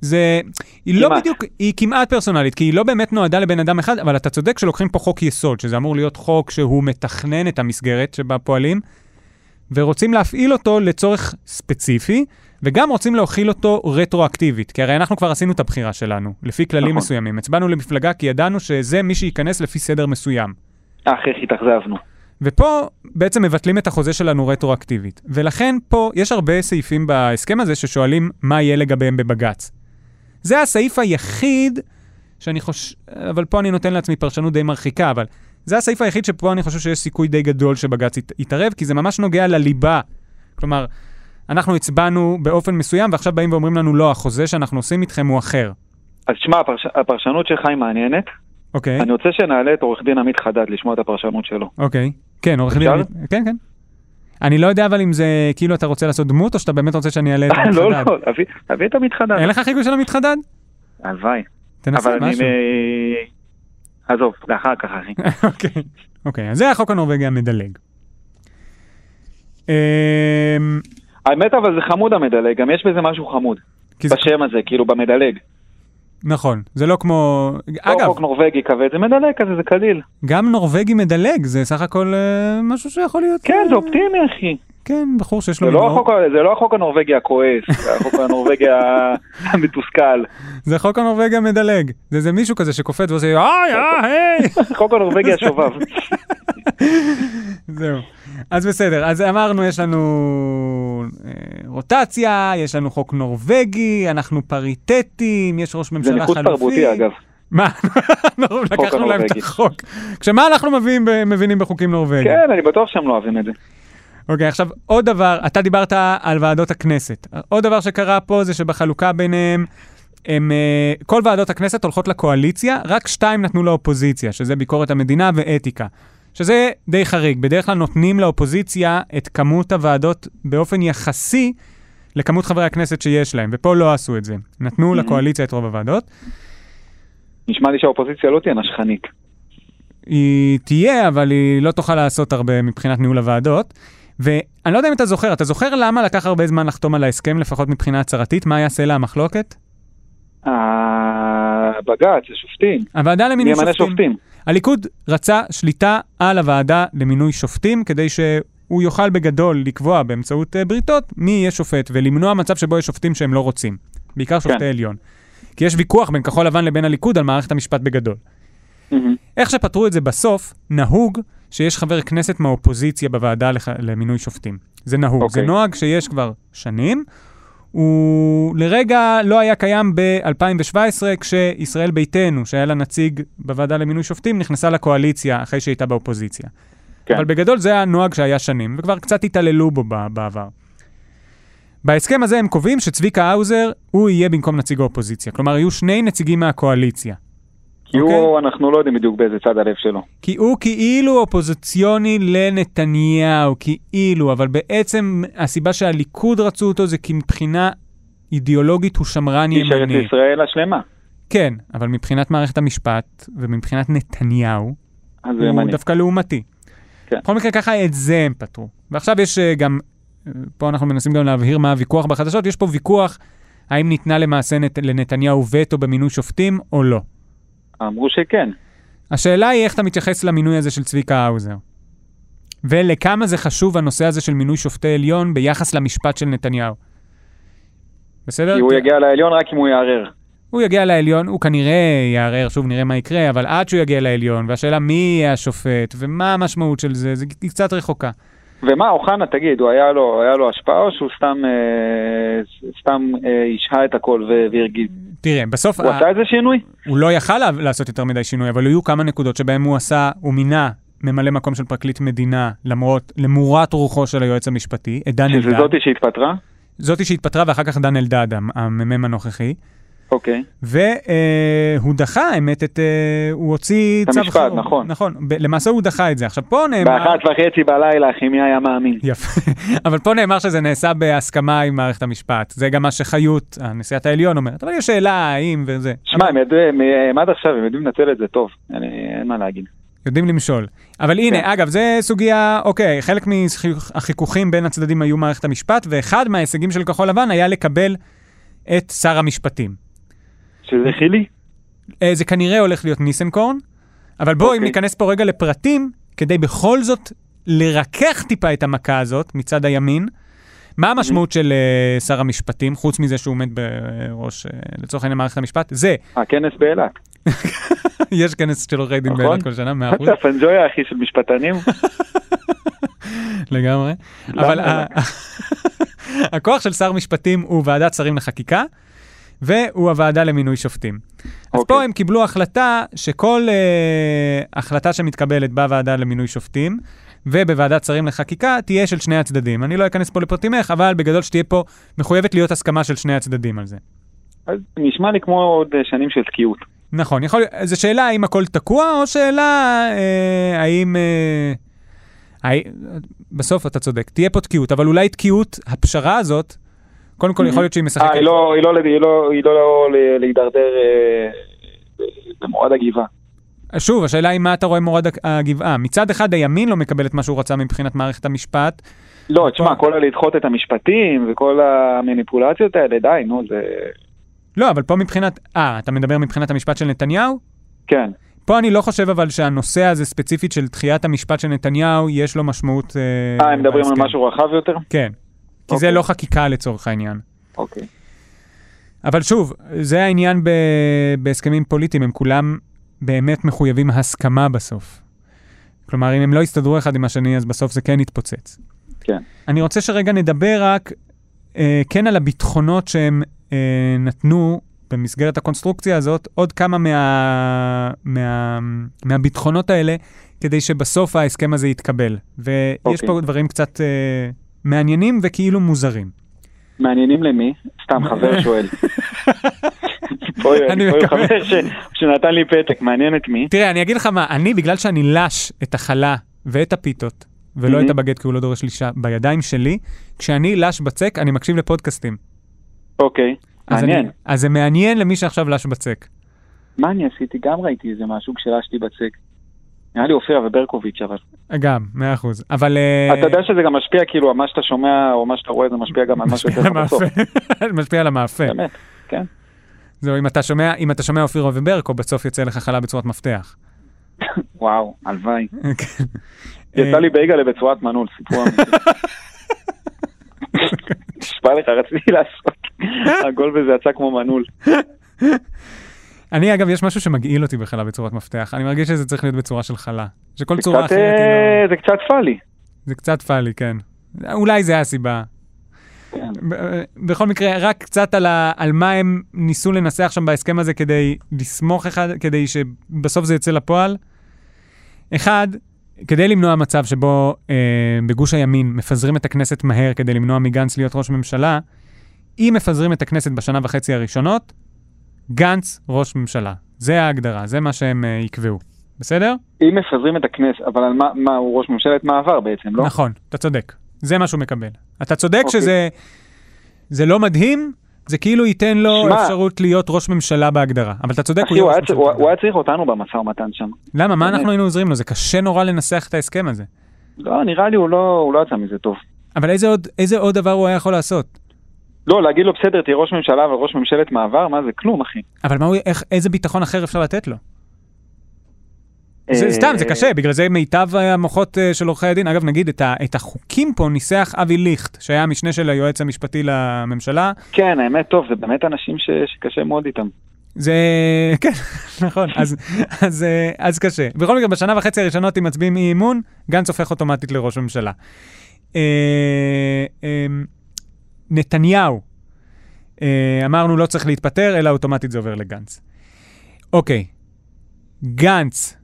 B: זה, היא לא
C: כמעט.
B: בדיוק, היא כמעט פרסונלית, כי היא לא באמת נועדה לבן אדם אחד, אבל אתה צודק שלוקחים פה חוק יסוד, שזה אמור להיות חוק שהוא מתכנן את המסגרת שבה פועלים, ורוצים להפעיל אותו לצורך ספציפי, וגם רוצים להוכיל אותו רטרואקטיבית, כי הרי אנחנו כבר עשינו את הבחירה שלנו, לפי כללים
C: נכון.
B: מסוימים. הצבענו למפלגה כי ידענו שזה מי שייכנס לפי סדר מסוים.
C: אך, איך התאכזבנו.
B: ופה בעצם מבטלים את החוזה שלנו רטרואקטיבית. ולכן פה יש הרבה סעיפים בהסכם הזה ששואלים מה יהיה לגביהם בבג"ץ. זה הסעיף היחיד שאני חושב, אבל פה אני נותן לעצמי פרשנות די מרחיקה, אבל זה הסעיף היחיד שפה אני חושב שיש סיכוי די גדול שבג"ץ ית- יתערב, כי זה ממש נוגע לליבה. כלומר, אנחנו הצבענו באופן מסוים, ועכשיו באים ואומרים לנו, לא, החוזה שאנחנו עושים איתכם הוא אחר.
C: אז שמע, הפרש... הפרשנות שלך היא מעניינת.
B: אוקיי,
C: אני רוצה שנעלה את עורך דין עמית חדד לשמוע את הפרשנות שלו.
B: אוקיי. כן, עורך דין...
C: אפשר?
B: עמית- כן, כן. אני לא יודע אבל אם זה כאילו אתה רוצה לעשות דמות, או שאתה באמת רוצה שאני אעלה את
C: לא,
B: המתחדד.
C: לא, תביא- תביא את המתחדד.
B: אין לך חיגוי של המתחדד?
C: הלוואי.
B: תנסה
C: אבל אני...
B: משהו.
C: אה, עזוב, לאחר כך, אחי.
B: אוקיי. אוקיי, אז זה החוק הנורבגי המדלג. אמ,
C: האמת אבל זה חמוד המדלג, גם יש בזה משהו חמוד.
B: כי זה-
C: בשם הזה, כאילו במדלג.
B: נכון, זה לא כמו...
C: לא
B: אגב,
C: חוק נורבגי כבד, זה מדלג כזה, זה קליל.
B: גם נורבגי מדלג זה סך הכל אה, משהו שיכול להיות...
C: כן, זה
B: אה,
C: אופטימי, אחי.
B: כן, בחור שיש לו...
C: זה לא
B: מנהור.
C: החוק ה- זה לא החוק הנורבגי הכועס, זה החוק הנורבגי ה- המתוסכל.
B: זה חוק הנורבגי המדלג. זה איזה מישהו כזה שקופץ ועושה איי, אה, היי.
C: החוק הנורבגי השובב.
B: זהו. אז בסדר, אז אמרנו, יש לנו אה, רוטציה, יש לנו חוק נורבגי, אנחנו פריטטים, יש ראש
C: זה
B: ממשלה חלופי.
C: ניחוס תרבותי, אגב.
B: מה? אנחנו לקחנו להם את
C: הנורבגי.
B: החוק. כשמה אנחנו מביאים ב- מבינים בחוקים נורבגיים?
C: כן, אני בטוח שהם לא אוהבים את זה.
B: אוקיי, עכשיו עוד דבר, אתה דיברת על ועדות הכנסת. עוד דבר שקרה פה זה שבחלוקה ביניהם, הם, אה, כל ועדות הכנסת הולכות לקואליציה, רק שתיים נתנו לאופוזיציה, שזה ביקורת המדינה ואתיקה. שזה די חריג, בדרך כלל נותנים לאופוזיציה את כמות הוועדות באופן יחסי לכמות חברי הכנסת שיש להם, ופה לא עשו את זה. נתנו לקואליציה את רוב הוועדות.
C: נשמע לי שהאופוזיציה לא תהיה נשכנית.
B: היא תהיה, אבל היא לא תוכל לעשות הרבה מבחינת ניהול הוועדות. ואני לא יודע אם אתה זוכר, אתה זוכר למה לקח הרבה זמן לחתום על ההסכם, לפחות מבחינה הצהרתית? מה היה סלע המחלוקת?
C: אה, בג"ץ, זה שופטים.
B: הוועדה
C: מי
B: למינוי
C: ימנה שופטים?
B: הליכוד רצה שליטה על הוועדה למינוי שופטים, כדי שהוא יוכל בגדול לקבוע באמצעות אה, בריתות מי יהיה שופט, ולמנוע מצב שבו יש שופטים שהם לא רוצים. בעיקר שופטי
C: כן.
B: עליון. כי יש ויכוח בין כחול לבן לבין הליכוד על מערכת המשפט בגדול.
C: מהמם.
B: איך שפתרו את זה בסוף, נהוג שיש חבר כנסת מהאופוזיציה בוועדה לח... למינוי שופטים. זה נהוג. Okay. זה
C: אוקיי.
B: נוהג שיש כבר שנים. הוא לרגע לא היה קיים ב-2017, כשישראל ביתנו, שהיה לה נציג בוועדה למינוי שופטים, נכנסה לקואליציה אחרי שהיא הייתה באופוזיציה.
C: כן.
B: אבל בגדול זה היה נוהג שהיה שנים, וכבר קצת התעללו בו ב- בעבר. בהסכם הזה הם קובעים שצביקה האוזר, הוא יהיה במקום נציג האופוזיציה. כלומר, יהיו שני נציגים מהקואליציה.
C: כי
B: אוקיי.
C: הוא, אנחנו לא יודעים בדיוק באיזה צד הלב שלו.
B: כי הוא כאילו אופוזיציוני לנתניהו, כאילו, אבל בעצם הסיבה שהליכוד רצו אותו זה כי מבחינה אידיאולוגית הוא שמרן
C: איש ארץ
B: ימני.
C: ישראל השלמה.
B: כן, אבל מבחינת מערכת המשפט ומבחינת נתניהו,
C: אז הוא
B: הוא
C: ימני.
B: דווקא לעומתי.
C: כן.
B: בכל מקרה, ככה את זה הם פתרו. ועכשיו יש אה, גם, אה, פה אנחנו מנסים גם להבהיר מה הוויכוח בחדשות, יש פה ויכוח האם ניתנה למעשה נת, לנתניהו וטו במינוי שופטים או לא.
C: אמרו שכן.
B: השאלה היא איך אתה מתייחס למינוי הזה של צביקה האוזר. ולכמה זה חשוב הנושא הזה של מינוי שופטי עליון ביחס למשפט של נתניהו. בסדר?
C: כי הוא יגיע לעליון רק אם הוא יערער.
B: הוא יגיע לעליון, הוא כנראה יערער, שוב נראה מה יקרה, אבל עד שהוא יגיע לעליון, והשאלה מי יהיה השופט, ומה המשמעות של זה, זה היא קצת רחוקה.
C: ומה, אוחנה, תגיד, הוא היה לו, היה לו השפעה או שהוא סתם, אה, ס- סתם אה, השהה את הכל ו- והרגיז?
B: תראה, בסוף
C: הוא
B: ה-
C: עשה איזה שינוי?
B: הוא לא יכל לה- לעשות יותר מדי שינוי, אבל היו כמה נקודות שבהם הוא עשה, הוא מינה ממלא מקום של פרקליט מדינה, למרות, למורת רוחו של היועץ המשפטי, את דן
C: שזה
B: אלדד.
C: זאתי שהתפטרה?
B: זאתי שהתפטרה ואחר כך דן אלדד, המ- המ"מ הנוכחי,
C: אוקיי.
B: והוא דחה, האמת, את... אה, הוא הוציא
C: את
B: צו
C: המשפט,
B: חירום.
C: נכון.
B: נכון, ב- למעשה הוא דחה את זה. עכשיו, פה נאמר...
C: באחת לא. וחצי בלילה, אחי, מי היה מאמין?
B: יפה. אבל פה נאמר שזה נעשה בהסכמה עם מערכת המשפט. זה גם מה שחיות, נשיאת העליון אומרת. אבל יש שאלה האם וזה.
C: שמע, הם ידעו- הם- הם עד עכשיו, הם יודעים לנצל את זה טוב. אני- אין מה להגיד.
B: יודעים למשול. אבל הנה,
C: כן.
B: אגב, זה סוגיה, אוקיי, חלק מהחיכוכים בין הצדדים היו מערכת המשפט, ואחד מההישגים של כחול לבן היה לקבל את שר המשפטים.
C: שזה חילי?
B: אה, זה כנראה הולך להיות ניסנקורן, אבל בואו, okay. אם
C: אוקיי.
B: ניכנס פה רגע לפרטים, כדי בכל זאת לרכך טיפה את המכה הזאת מצד הימין, מה המשמעות של אה, שר המשפטים, חוץ מזה שהוא עומד בראש, אה, לצורך העניין, מערכת המשפט? זה,
C: הכנס באילת.
B: יש כנס של עורכי דין
C: נכון.
B: באילת כל שנה, מאה אחוז,
C: אתה הפנג'ויה, אחי, של משפטנים?
B: לגמרי.
C: למה
B: אבל אה, ה- הכוח של שר משפטים הוא ועדת שרים לחקיקה, והוא הוועדה למינוי שופטים. אז
C: אוקיי.
B: פה הם קיבלו החלטה שכל אה, החלטה שמתקבלת בוועדה למינוי שופטים ובוועדת שרים לחקיקה תהיה של שני הצדדים. אני לא אכנס פה לפרטים איך, אבל בגדול שתהיה פה מחויבת להיות הסכמה של שני הצדדים על זה.
C: אז נשמע לי כמו עוד אה, שנים של תקיעות.
B: נכון, יכול, זו שאלה האם הכל תקוע, או שאלה אה, האם, אה, הי- בסוף אתה צודק, תהיה פה תקיעות, אבל אולי תקיעות, הפשרה הזאת, קודם כל יכול להיות שהיא משחקת.
C: אה, היא לא, היא לא, היא לא, היא לא ל- להידרדר אה, במועד הגבעה.
B: שוב, השאלה היא מה אתה רואה מורד הג- הגבעה. מצד אחד הימין לא מקבל את מה שהוא רצה מבחינת מערכת המשפט, נכון.
C: לא, תשמע, כל הלדחות את המשפטים וכל המניפולציות האלה, די, נו, זה...
B: לא, אבל פה מבחינת... אה, אתה מדבר מבחינת המשפט של נתניהו?
C: כן.
B: פה אני לא חושב אבל שהנושא הזה ספציפית של דחיית המשפט של נתניהו, יש לו משמעות...
C: אה, הם מדברים
B: בהסכם.
C: על משהו רחב יותר?
B: כן. כי זה
C: אוקיי.
B: לא חקיקה לצורך העניין.
C: אוקיי.
B: אבל שוב, זה העניין ב... בהסכמים פוליטיים, הם כולם באמת מחויבים הסכמה בסוף. כלומר, אם הם לא יסתדרו אחד עם השני, אז בסוף זה כן יתפוצץ.
C: כן.
B: אני רוצה שרגע נדבר רק אה, כן על הביטחונות שהם אה, נתנו במסגרת הקונסטרוקציה הזאת, עוד כמה מה, מה, מהביטחונות האלה, כדי שבסוף ההסכם הזה יתקבל. ויש
C: אוקיי.
B: פה דברים קצת אה, מעניינים וכאילו מוזרים.
C: מעניינים למי? סתם חבר שואל. פה
B: אני
C: יש פה
B: מקווה.
C: חבר ש- שנתן לי פתק, מעניין את מי?
B: תראה, אני אגיד לך מה, אני, בגלל שאני לש את החלה ואת הפיתות, ולא
C: Mhm.
B: את הבגט כי הוא לא דורש לי שעה, בידיים שלי, כשאני לש בצק, אני מקשיב לפודקאסטים.
C: אוקיי,
B: אז אני-
C: מעניין.
B: אז זה מעניין למי שעכשיו לש בצק.
C: מה אני עשיתי? גם ראיתי איזה משהו כשלשתי בצק. נראה לי אופירה וברקוביץ', אבל...
B: גם, מאה אחוז. אבל... אה,
C: אתה יודע שזה גם משפיע, כאילו, מה שאתה שומע או מה שאתה רואה, זה משפיע גם על מה
B: משפיע
C: שיוצא
B: על
C: לך בסוף.
B: המאפה. משפיע על המאפה.
C: באמת, כן.
B: זהו, אם אתה שומע, אם אתה שומע אופירו וברקו, בסוף יוצא לך חלה בצורת מפתח.
C: וואו, הלוואי.
B: כן.
C: יצא
B: אה,
C: לי בייגלה בצורת מנעול, סיפור אמיתי. נשבע לך, רציתי לעשות. הגול בזה יצא כמו מנעול.
B: אני, אגב, יש משהו שמגעיל אותי בחלה בצורת מפתח. אני מרגיש שזה צריך להיות בצורה של חלה. שכל
C: זה
B: צורה
C: קצת,
B: אחרת היא לא...
C: אה, זה קצת פאלי.
B: זה קצת פאלי, כן. אולי זה הסיבה.
C: כן.
B: ב- בכל מקרה, רק קצת על, ה, על מה הם ניסו לנסח שם בהסכם הזה כדי לסמוך אחד, כדי שבסוף זה יצא לפועל. אחד, כדי למנוע מצב שבו אה, בגוש הימין מפזרים את הכנסת מהר כדי למנוע מגנץ להיות ראש ממשלה, אם מפזרים את הכנסת בשנה וחצי הראשונות, גנץ ראש ממשלה. זה ההגדרה, זה מה שהם אה, יקבעו. בסדר?
C: אם מפזרים את הכנסת, אבל על מה, מה, הוא ראש ממשלת מעבר בעצם, לא?
B: נכון, אתה צודק. זה מה שהוא מקבל. אתה צודק
C: אוקיי.
B: שזה זה לא מדהים, זה כאילו ייתן לו
C: שמע.
B: אפשרות להיות ראש ממשלה בהגדרה. אבל אתה צודק,
C: אחי, הוא
B: ראש
C: היה צ-
B: ממשלה
C: הוא-
B: בהגדרה.
C: הוא היה צריך אותנו במשא ומתן שם.
B: למה? מה
C: באמת.
B: אנחנו היינו עוזרים לו? זה קשה נורא לנסח את ההסכם הזה.
C: לא, נראה לי הוא לא הוא לא יצא מזה טוב.
B: אבל איזה עוד- איזה עוד דבר הוא היה יכול לעשות?
C: לא, להגיד לו בסדר, תהיה ראש ממשלה אבל ראש ממשלת מעבר, מה זה כלום, אחי.
B: אבל מה הוא, איך, איזה ביטחון אחר אפשר לתת לו?
C: אה,
B: זה, סתם, זה קשה, בגלל זה מיטב המוחות אה, של עורכי הדין. אגב, נגיד, את, ה, את החוקים פה ניסח אבי ליכט, שהיה המשנה של היועץ המשפטי לממשלה.
C: כן, האמת, טוב, זה באמת אנשים ש- שקשה מאוד איתם.
B: זה, כן, נכון, אז, אז, אה, אז קשה. בכל מקרה, בשנה וחצי הראשונות, אם מצביעים אי אמון, גנץ הופך אוטומטית לראש ממשלה. אה, אה, נתניהו, אה, אמרנו לא צריך להתפטר, אלא אוטומטית זה עובר לגנץ. אוקיי, גנץ,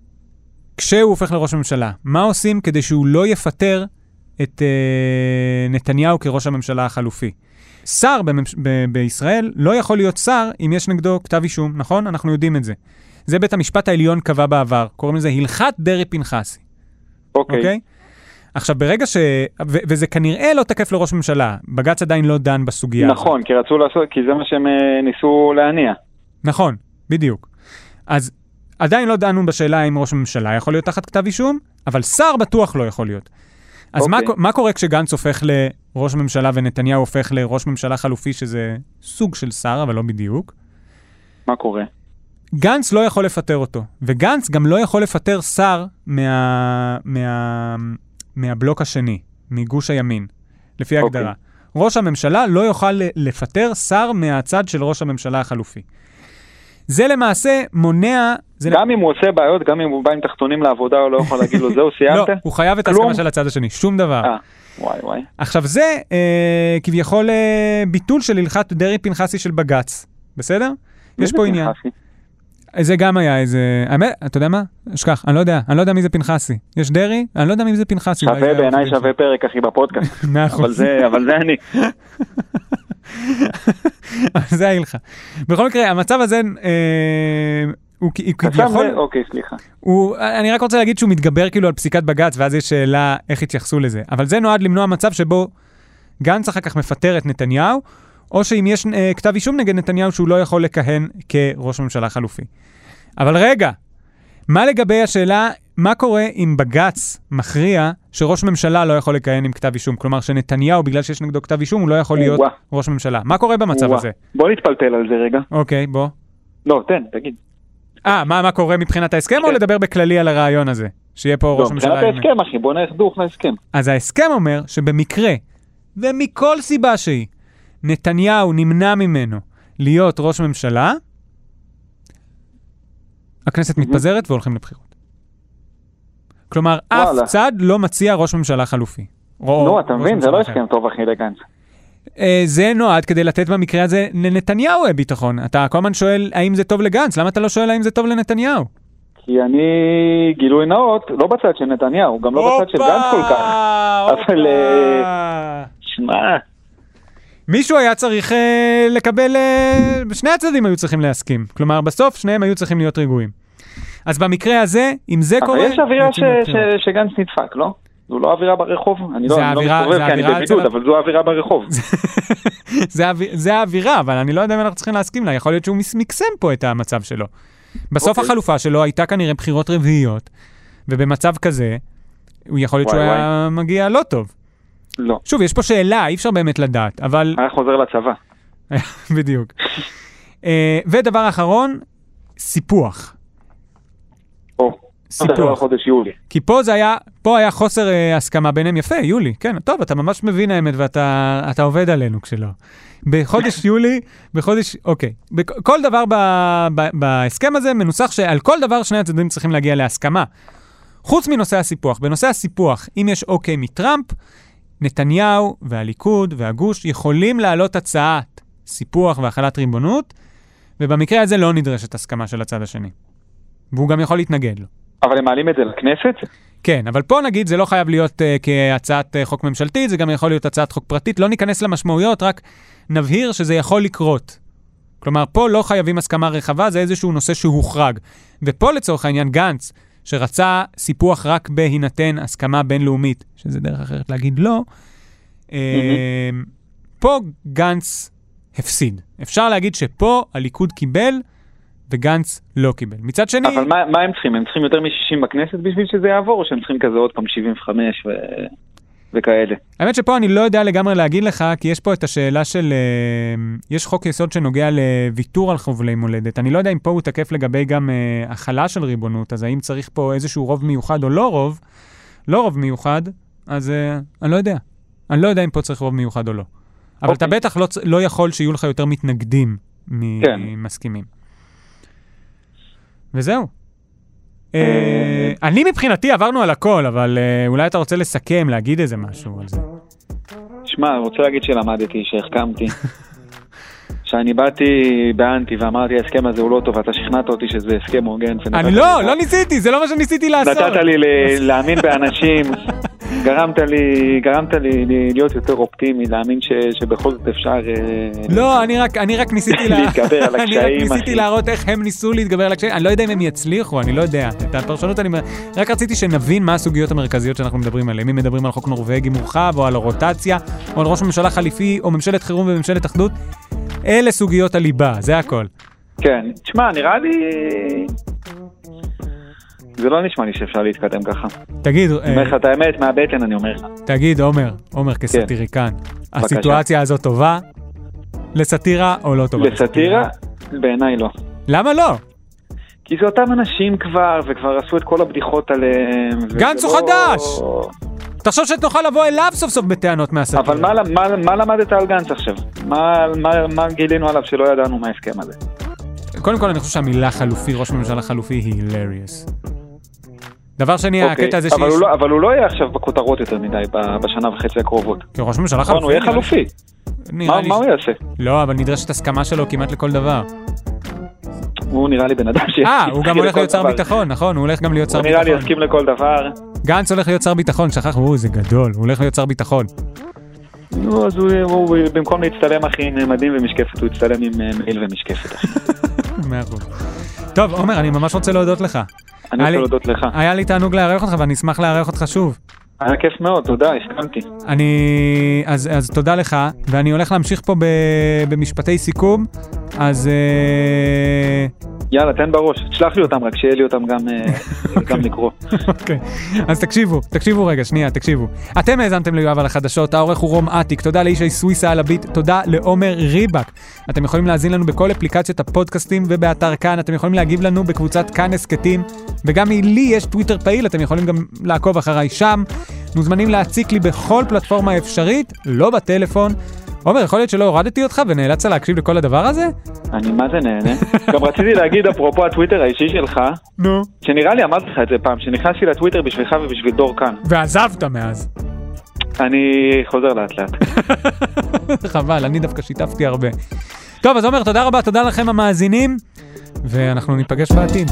B: כשהוא הופך לראש ממשלה, מה עושים כדי שהוא לא יפטר את אה, נתניהו כראש הממשלה החלופי? שר בממש... ב- בישראל לא יכול להיות שר אם יש נגדו כתב אישום, נכון? אנחנו יודעים את זה. זה בית המשפט העליון קבע בעבר, קוראים לזה הלכת דרעי-פנחסי,
C: אוקיי.
B: אוקיי? עכשיו, ברגע ש... ו- וזה כנראה לא תקף לראש ממשלה, בג"ץ עדיין לא דן בסוגיה. הזאת.
C: נכון, כי רצו לעשות, כי זה מה שהם אה, ניסו להניע.
B: נכון, בדיוק. אז עדיין לא דנו בשאלה אם ראש ממשלה יכול להיות תחת כתב אישום, אבל שר בטוח לא יכול להיות. אז מה,
C: אוקיי.
B: קו- מה קורה כשגנץ הופך לראש ממשלה ונתניהו הופך לראש ממשלה חלופי, שזה סוג של שר, אבל לא בדיוק?
C: מה קורה?
B: גנץ לא יכול לפטר אותו, וגנץ גם לא יכול לפטר שר מה, מה, מהבלוק השני, מגוש הימין, לפי
C: אוקיי.
B: ההגדרה. ראש הממשלה לא יוכל ל- לפטר שר מהצד של ראש הממשלה החלופי. זה למעשה מונע... זה
C: גם אם הוא עושה בעיות, גם אם הוא בא עם תחתונים לעבודה, הוא לא יכול להגיד לו, זהו,
B: לא,
C: סיימת?
B: הוא חייב את
C: כלום?
B: ההסכמה של הצד השני, שום דבר.
C: אה, וואי וואי.
B: עכשיו זה אה, כביכול אה, ביטול של הלכת דרעי-פנחסי של בג"ץ, בסדר?
C: מי
B: יש
C: זה
B: פה עניין.
C: פנחסי?
B: זה גם היה איזה... האמת, אתה יודע מה? אשכח, אני לא יודע, אני לא יודע מי זה פנחסי. יש דרעי? אני לא יודע מי זה פנחסי. אולי
C: שווה
B: זה
C: בעיניי
B: העורך דין
C: שווה פרק, אחי, בפודקאסט.
B: שלו. מאה
C: אבל
B: אחוז,
C: זה, אבל זה אני.
B: אבל זה היה לך. בכל מקרה, המצב הזה אה, הוא כ- הוא
C: אתה שם
B: כביכול...
C: לב? אוקיי, סליחה.
B: הוא, אני רק רוצה להגיד שהוא מתגבר כאילו על פסיקת בג"ץ, ואז יש שאלה איך יתייחסו לזה. אבל זה נועד למנוע מצב שבו גנץ אחר כך מפטר את נתניהו, או שאם יש אה, כתב אישום נגד נתניהו שהוא לא יכול לכהן כראש ממשלה חלופי. אבל רגע, מה לגבי השאלה, מה קורה אם בג"ץ מכריע שראש ממשלה לא יכול לכהן עם כתב אישום? כלומר שנתניהו, בגלל שיש נגדו כתב אישום, הוא לא יכול להיות
C: וואה.
B: ראש ממשלה. מה קורה במצב
C: וואה.
B: הזה?
C: בוא נתפלפל על זה רגע.
B: אוקיי, בוא.
C: לא, תן, תגיד.
B: אה, מה, מה קורה מבחינת ההסכם, או
C: כן.
B: לדבר בכללי על הרעיון הזה? שיהיה פה
C: לא,
B: ראש
C: מבחינת
B: ממשלה... עם-
C: ההסכם, אחי, בוא נחדוך להסכם.
B: אז ההסכם אומר שבמקרה, ומכל סיבה שהיא, נתניהו נמנע ממנו להיות ראש ממשלה, הכנסת מתפזרת והולכים לבחירות. כלומר, אף
C: וואלה.
B: צד לא מציע ראש ממשלה חלופי. או
C: נו, אתה
B: ראש כן.
C: מבין, זה
B: ממשלה
C: לא
B: אחר.
C: הסכם טוב, אחי, לגנץ.
B: אה, זה נועד כדי לתת במקרה הזה לנתניהו אה, ביטחון. אתה כל הזמן שואל האם זה טוב לגנץ, למה אתה לא שואל האם זה טוב לנתניהו?
C: כי אני, גילוי נאות, לא בצד של נתניהו, גם לא בצד של גנץ כל כך.
B: הופה,
C: אבל, אה,
B: הופה.
C: שמע,
B: מישהו היה צריך אה, לקבל, אה, שני הצדדים היו צריכים להסכים. כלומר, בסוף שניהם היו צריכים להיות רגועים. אז במקרה הזה, אם זה
C: אבל
B: קורה...
C: יש אווירה ש-
B: יוצאים
C: ש-
B: לבחירות.
C: שגנץ נדפק, לא? זו לא אווירה ברחוב? אני לא
B: זה
C: אני לא
B: האווירה-
C: מסתובב
B: זה
C: כי אני
B: האווירה
C: בבידוד,
B: אצל-
C: אבל זו האווירה ברחוב.
B: זה האוו- זה האווירה, אבל אני לא יודע אם אנחנו צריכים להסכים לה. יכול להיות שהוא מס- מקסם פה את המצב שלו. בסוף
C: אוקיי.
B: החלופה שלו הייתה כנראה בחירות רביעיות, ובמצב כזה, הוא יכול להיות
C: וואי,
B: שהוא היה מגיע לא טוב.
C: לא.
B: שוב, יש פה שאלה, אי אפשר באמת לדעת, אבל...
C: היה חוזר לצבא.
B: בדיוק. אה, ודבר אחרון, סיפוח.
C: או,
B: סיפוח.
C: חודש יולי.
B: כי פה זה היה, פה היה חוסר אה, הסכמה ביניהם. יפה, יולי, כן, טוב, אתה ממש מבין האמת ואתה אתה עובד עלינו כשלא. בחודש יולי, בחודש, אוקיי. בכ- כל דבר ב, ב, בהסכם הזה מנוסח שעל כל דבר שני הצדדים צריכים להגיע להסכמה. חוץ מנושא הסיפוח. בנושא הסיפוח, אם יש אוקיי מטראמפ, נתניהו והליכוד והגוש יכולים להעלות הצעת סיפוח והחלת ריבונות, ובמקרה הזה לא נדרשת הסכמה של הצד השני. והוא גם יכול להתנגד לו.
C: אבל הם מעלים את זה לכנסת?
B: כן, אבל פה נגיד זה לא חייב להיות uh, כהצעת uh, חוק ממשלתית, זה גם יכול להיות הצעת חוק פרטית. לא ניכנס למשמעויות, רק נבהיר שזה יכול לקרות. כלומר, פה לא חייבים הסכמה רחבה, זה איזשהו נושא שהוחרג. ופה לצורך העניין גנץ, שרצה סיפוח רק בהינתן הסכמה בינלאומית, שזה דרך אחרת להגיד לא, uh, פה גנץ הפסיד. אפשר להגיד שפה הליכוד קיבל וגנץ לא קיבל. מצד שני...
C: אבל מה- מה הם צריכים? הם צריכים יותר מ-60 בכנסת בשביל שזה יעבור, או שהם צריכים כזה עוד פעם 75 ו- וכאלה?
B: האמת שפה אני לא יודע לגמרי להגיד לך, כי יש פה את השאלה של... אה, יש חוק יסוד שנוגע לוויתור על חובלי מולדת. אני לא יודע אם פה הוא תקף לגבי גם אה, החלה של ריבונות, אז האם צריך פה איזשהו רוב מיוחד או לא רוב. לא רוב מיוחד, אז אה, אני לא יודע. אני לא יודע אם פה צריך רוב מיוחד או לא. אבל אתה
C: אוקיי.
B: בטח לא, צ- לא יכול שיהיו לך יותר מתנגדים
C: כן.
B: ממסכימים. וזהו.
C: אה,
B: אה, אני מבחינתי עברנו על הכל, אבל אה, אולי אתה רוצה לסכם, להגיד איזה משהו על זה.
C: שמע, אני רוצה להגיד שלמדתי, שהחכמתי. שאני באתי בענתי ואמרתי, ההסכם הזה הוא לא טוב, אתה שכנעת אותי שזה הסכם הוגן. ונתת
B: אני
C: לי-
B: לא, לא ניסיתי, זה לא מה שניסיתי לעשות.
C: נתת לי ל- להאמין באנשים, גרמת לי, גרמת לי ל- להיות יותר אופטימי, להאמין ש- שבכל זאת אפשר... אה,
B: לא, אני רק, אני רק ניסיתי לה-
C: להתגבר על
B: אני רק
C: הקשיים,
B: ניסיתי
C: אחי.
B: להראות איך הם ניסו להתגבר על הקשיים. אני לא יודע אם הם יצליחו, אני לא יודע. את הפרשנות אני... מ- רק רציתי שנבין מה הסוגיות המרכזיות שאנחנו מדברים עליהן. אם מדברים על חוק נורבגי מורחב, או על רוטציה, או על ראש ממשלה חליפי, או ממשלת חירום וממשלת אחדות. אלה סוגיות הליבה, זה הכל.
C: כן, תשמע, נראה לי... זה לא נשמע לי שאפשר להתקדם ככה.
B: תגיד,
C: אני אומר
B: אה,
C: לך את האמת, מהבטן אני אומר לך.
B: תגיד, עומר,
C: כן.
B: עומר כסטיריקן, הסיטואציה הזאת טובה? לסאטירה או לא טובה?
C: לסאטירה, בעיניי לא.
B: למה לא?
C: כי זה אותם אנשים כבר, וכבר עשו את כל הבדיחות עליהם. וזה
B: גנץ הוא
C: לא-
B: חדש! תחשוב שתוכל לבוא אליו סוף סוף בטענות מהסאטירה.
C: אבל מה, מה, מה למדת על גנץ עכשיו? מה, מה, מה גילינו עליו שלא ידענו מההסכם הזה?
B: קודם כל, אני חושב שהמילה חלופי, ראש ממשלה חלופי, היא הילריוס. דבר שני,
C: אוקיי,
B: הקטע הזה
C: אבל,
B: שיש...
C: הוא לא, אבל הוא לא יהיה עכשיו בכותרות יותר מדי ב- בשנה וחצי הקרובות.
B: כי ראש ממשלה חלופי...
C: נכון, הוא יהיה
B: נראה לי-
C: חלופי.
B: נראה
C: מה,
B: לי
C: מה הוא
B: ש-
C: יעשה?
B: לא, אבל נדרשת הסכמה שלו כמעט לכל דבר.
C: הוא נראה לי בן אדם ש...
B: אה, הוא גם הולך
C: לכל
B: להיות שר
C: דבר.
B: ביטחון, נכון, הוא הולך גם להיות שר
C: הוא נראה לי
B: ביטחון.
C: יסכים לכל דבר.
B: גנץ הולך להיות שר ביטחון, שכחנו, אוי, זה גדול, הוא הולך להיות שר ביטחון.
C: נו, אז הוא, הוא במקום להצטלם אחי עם מדים ומשקפת, הוא יצטלם עם אה, מעיל ומשקפת. אחי.
B: מאה אחוז. טוב, עומר, אני ממש רוצה להודות
C: אה.
B: לך.
C: אני
B: היה לי-
C: רוצה להודות לך.
B: היה לי תענוג לארח אותך ואני אשמח לארח אותך שוב.
C: היה כיף מאוד, תודה, הסכמתי.
B: אני... אז, אז תודה לך, ואני הולך להמשיך פה ב... במשפטי סיכום, אז... אה,
C: יאללה, תן בראש. תשלח לי אותם רק, שיהיה לי אותם גם, אה, גם לקרוא.
B: אוקיי. אז תקשיבו, תקשיבו רגע, שנייה, תקשיבו. אתם האזנתם ליואב על החדשות, העורך הוא רום אטיק, תודה לישי סוויסה על הביט, תודה לעומר ריבק. אתם יכולים להאזין לנו בכל אפליקציות הפודקאסטים ובאתר כאן, אתם יכולים להגיב לנו בקבוצת כאן הסכתים, וגם לי יש טוויטר פעיל, אתם יכולים גם לעקוב אחריי שם. מוזמנים להציק לי בכל פלטפורמה אפשרית, לא בטלפון. עומר, יכול להיות שלא הורדתי אותך ונאלצת להקשיב לכל הדבר הזה?
C: אני מה זה נהנה. גם רציתי להגיד, אפרופו הטוויטר האישי שלך,
B: נו.
C: שנראה לי אמרתי לך את זה פעם, שנכנסתי לטוויטר בשבילך ובשביל דור כאן.
B: ועזבת מאז.
C: אני חוזר לאט לאט.
B: חבל, אני דווקא שיתפתי הרבה. טוב, אז עומר, תודה רבה, תודה לכם המאזינים, ואנחנו ניפגש בעתיד.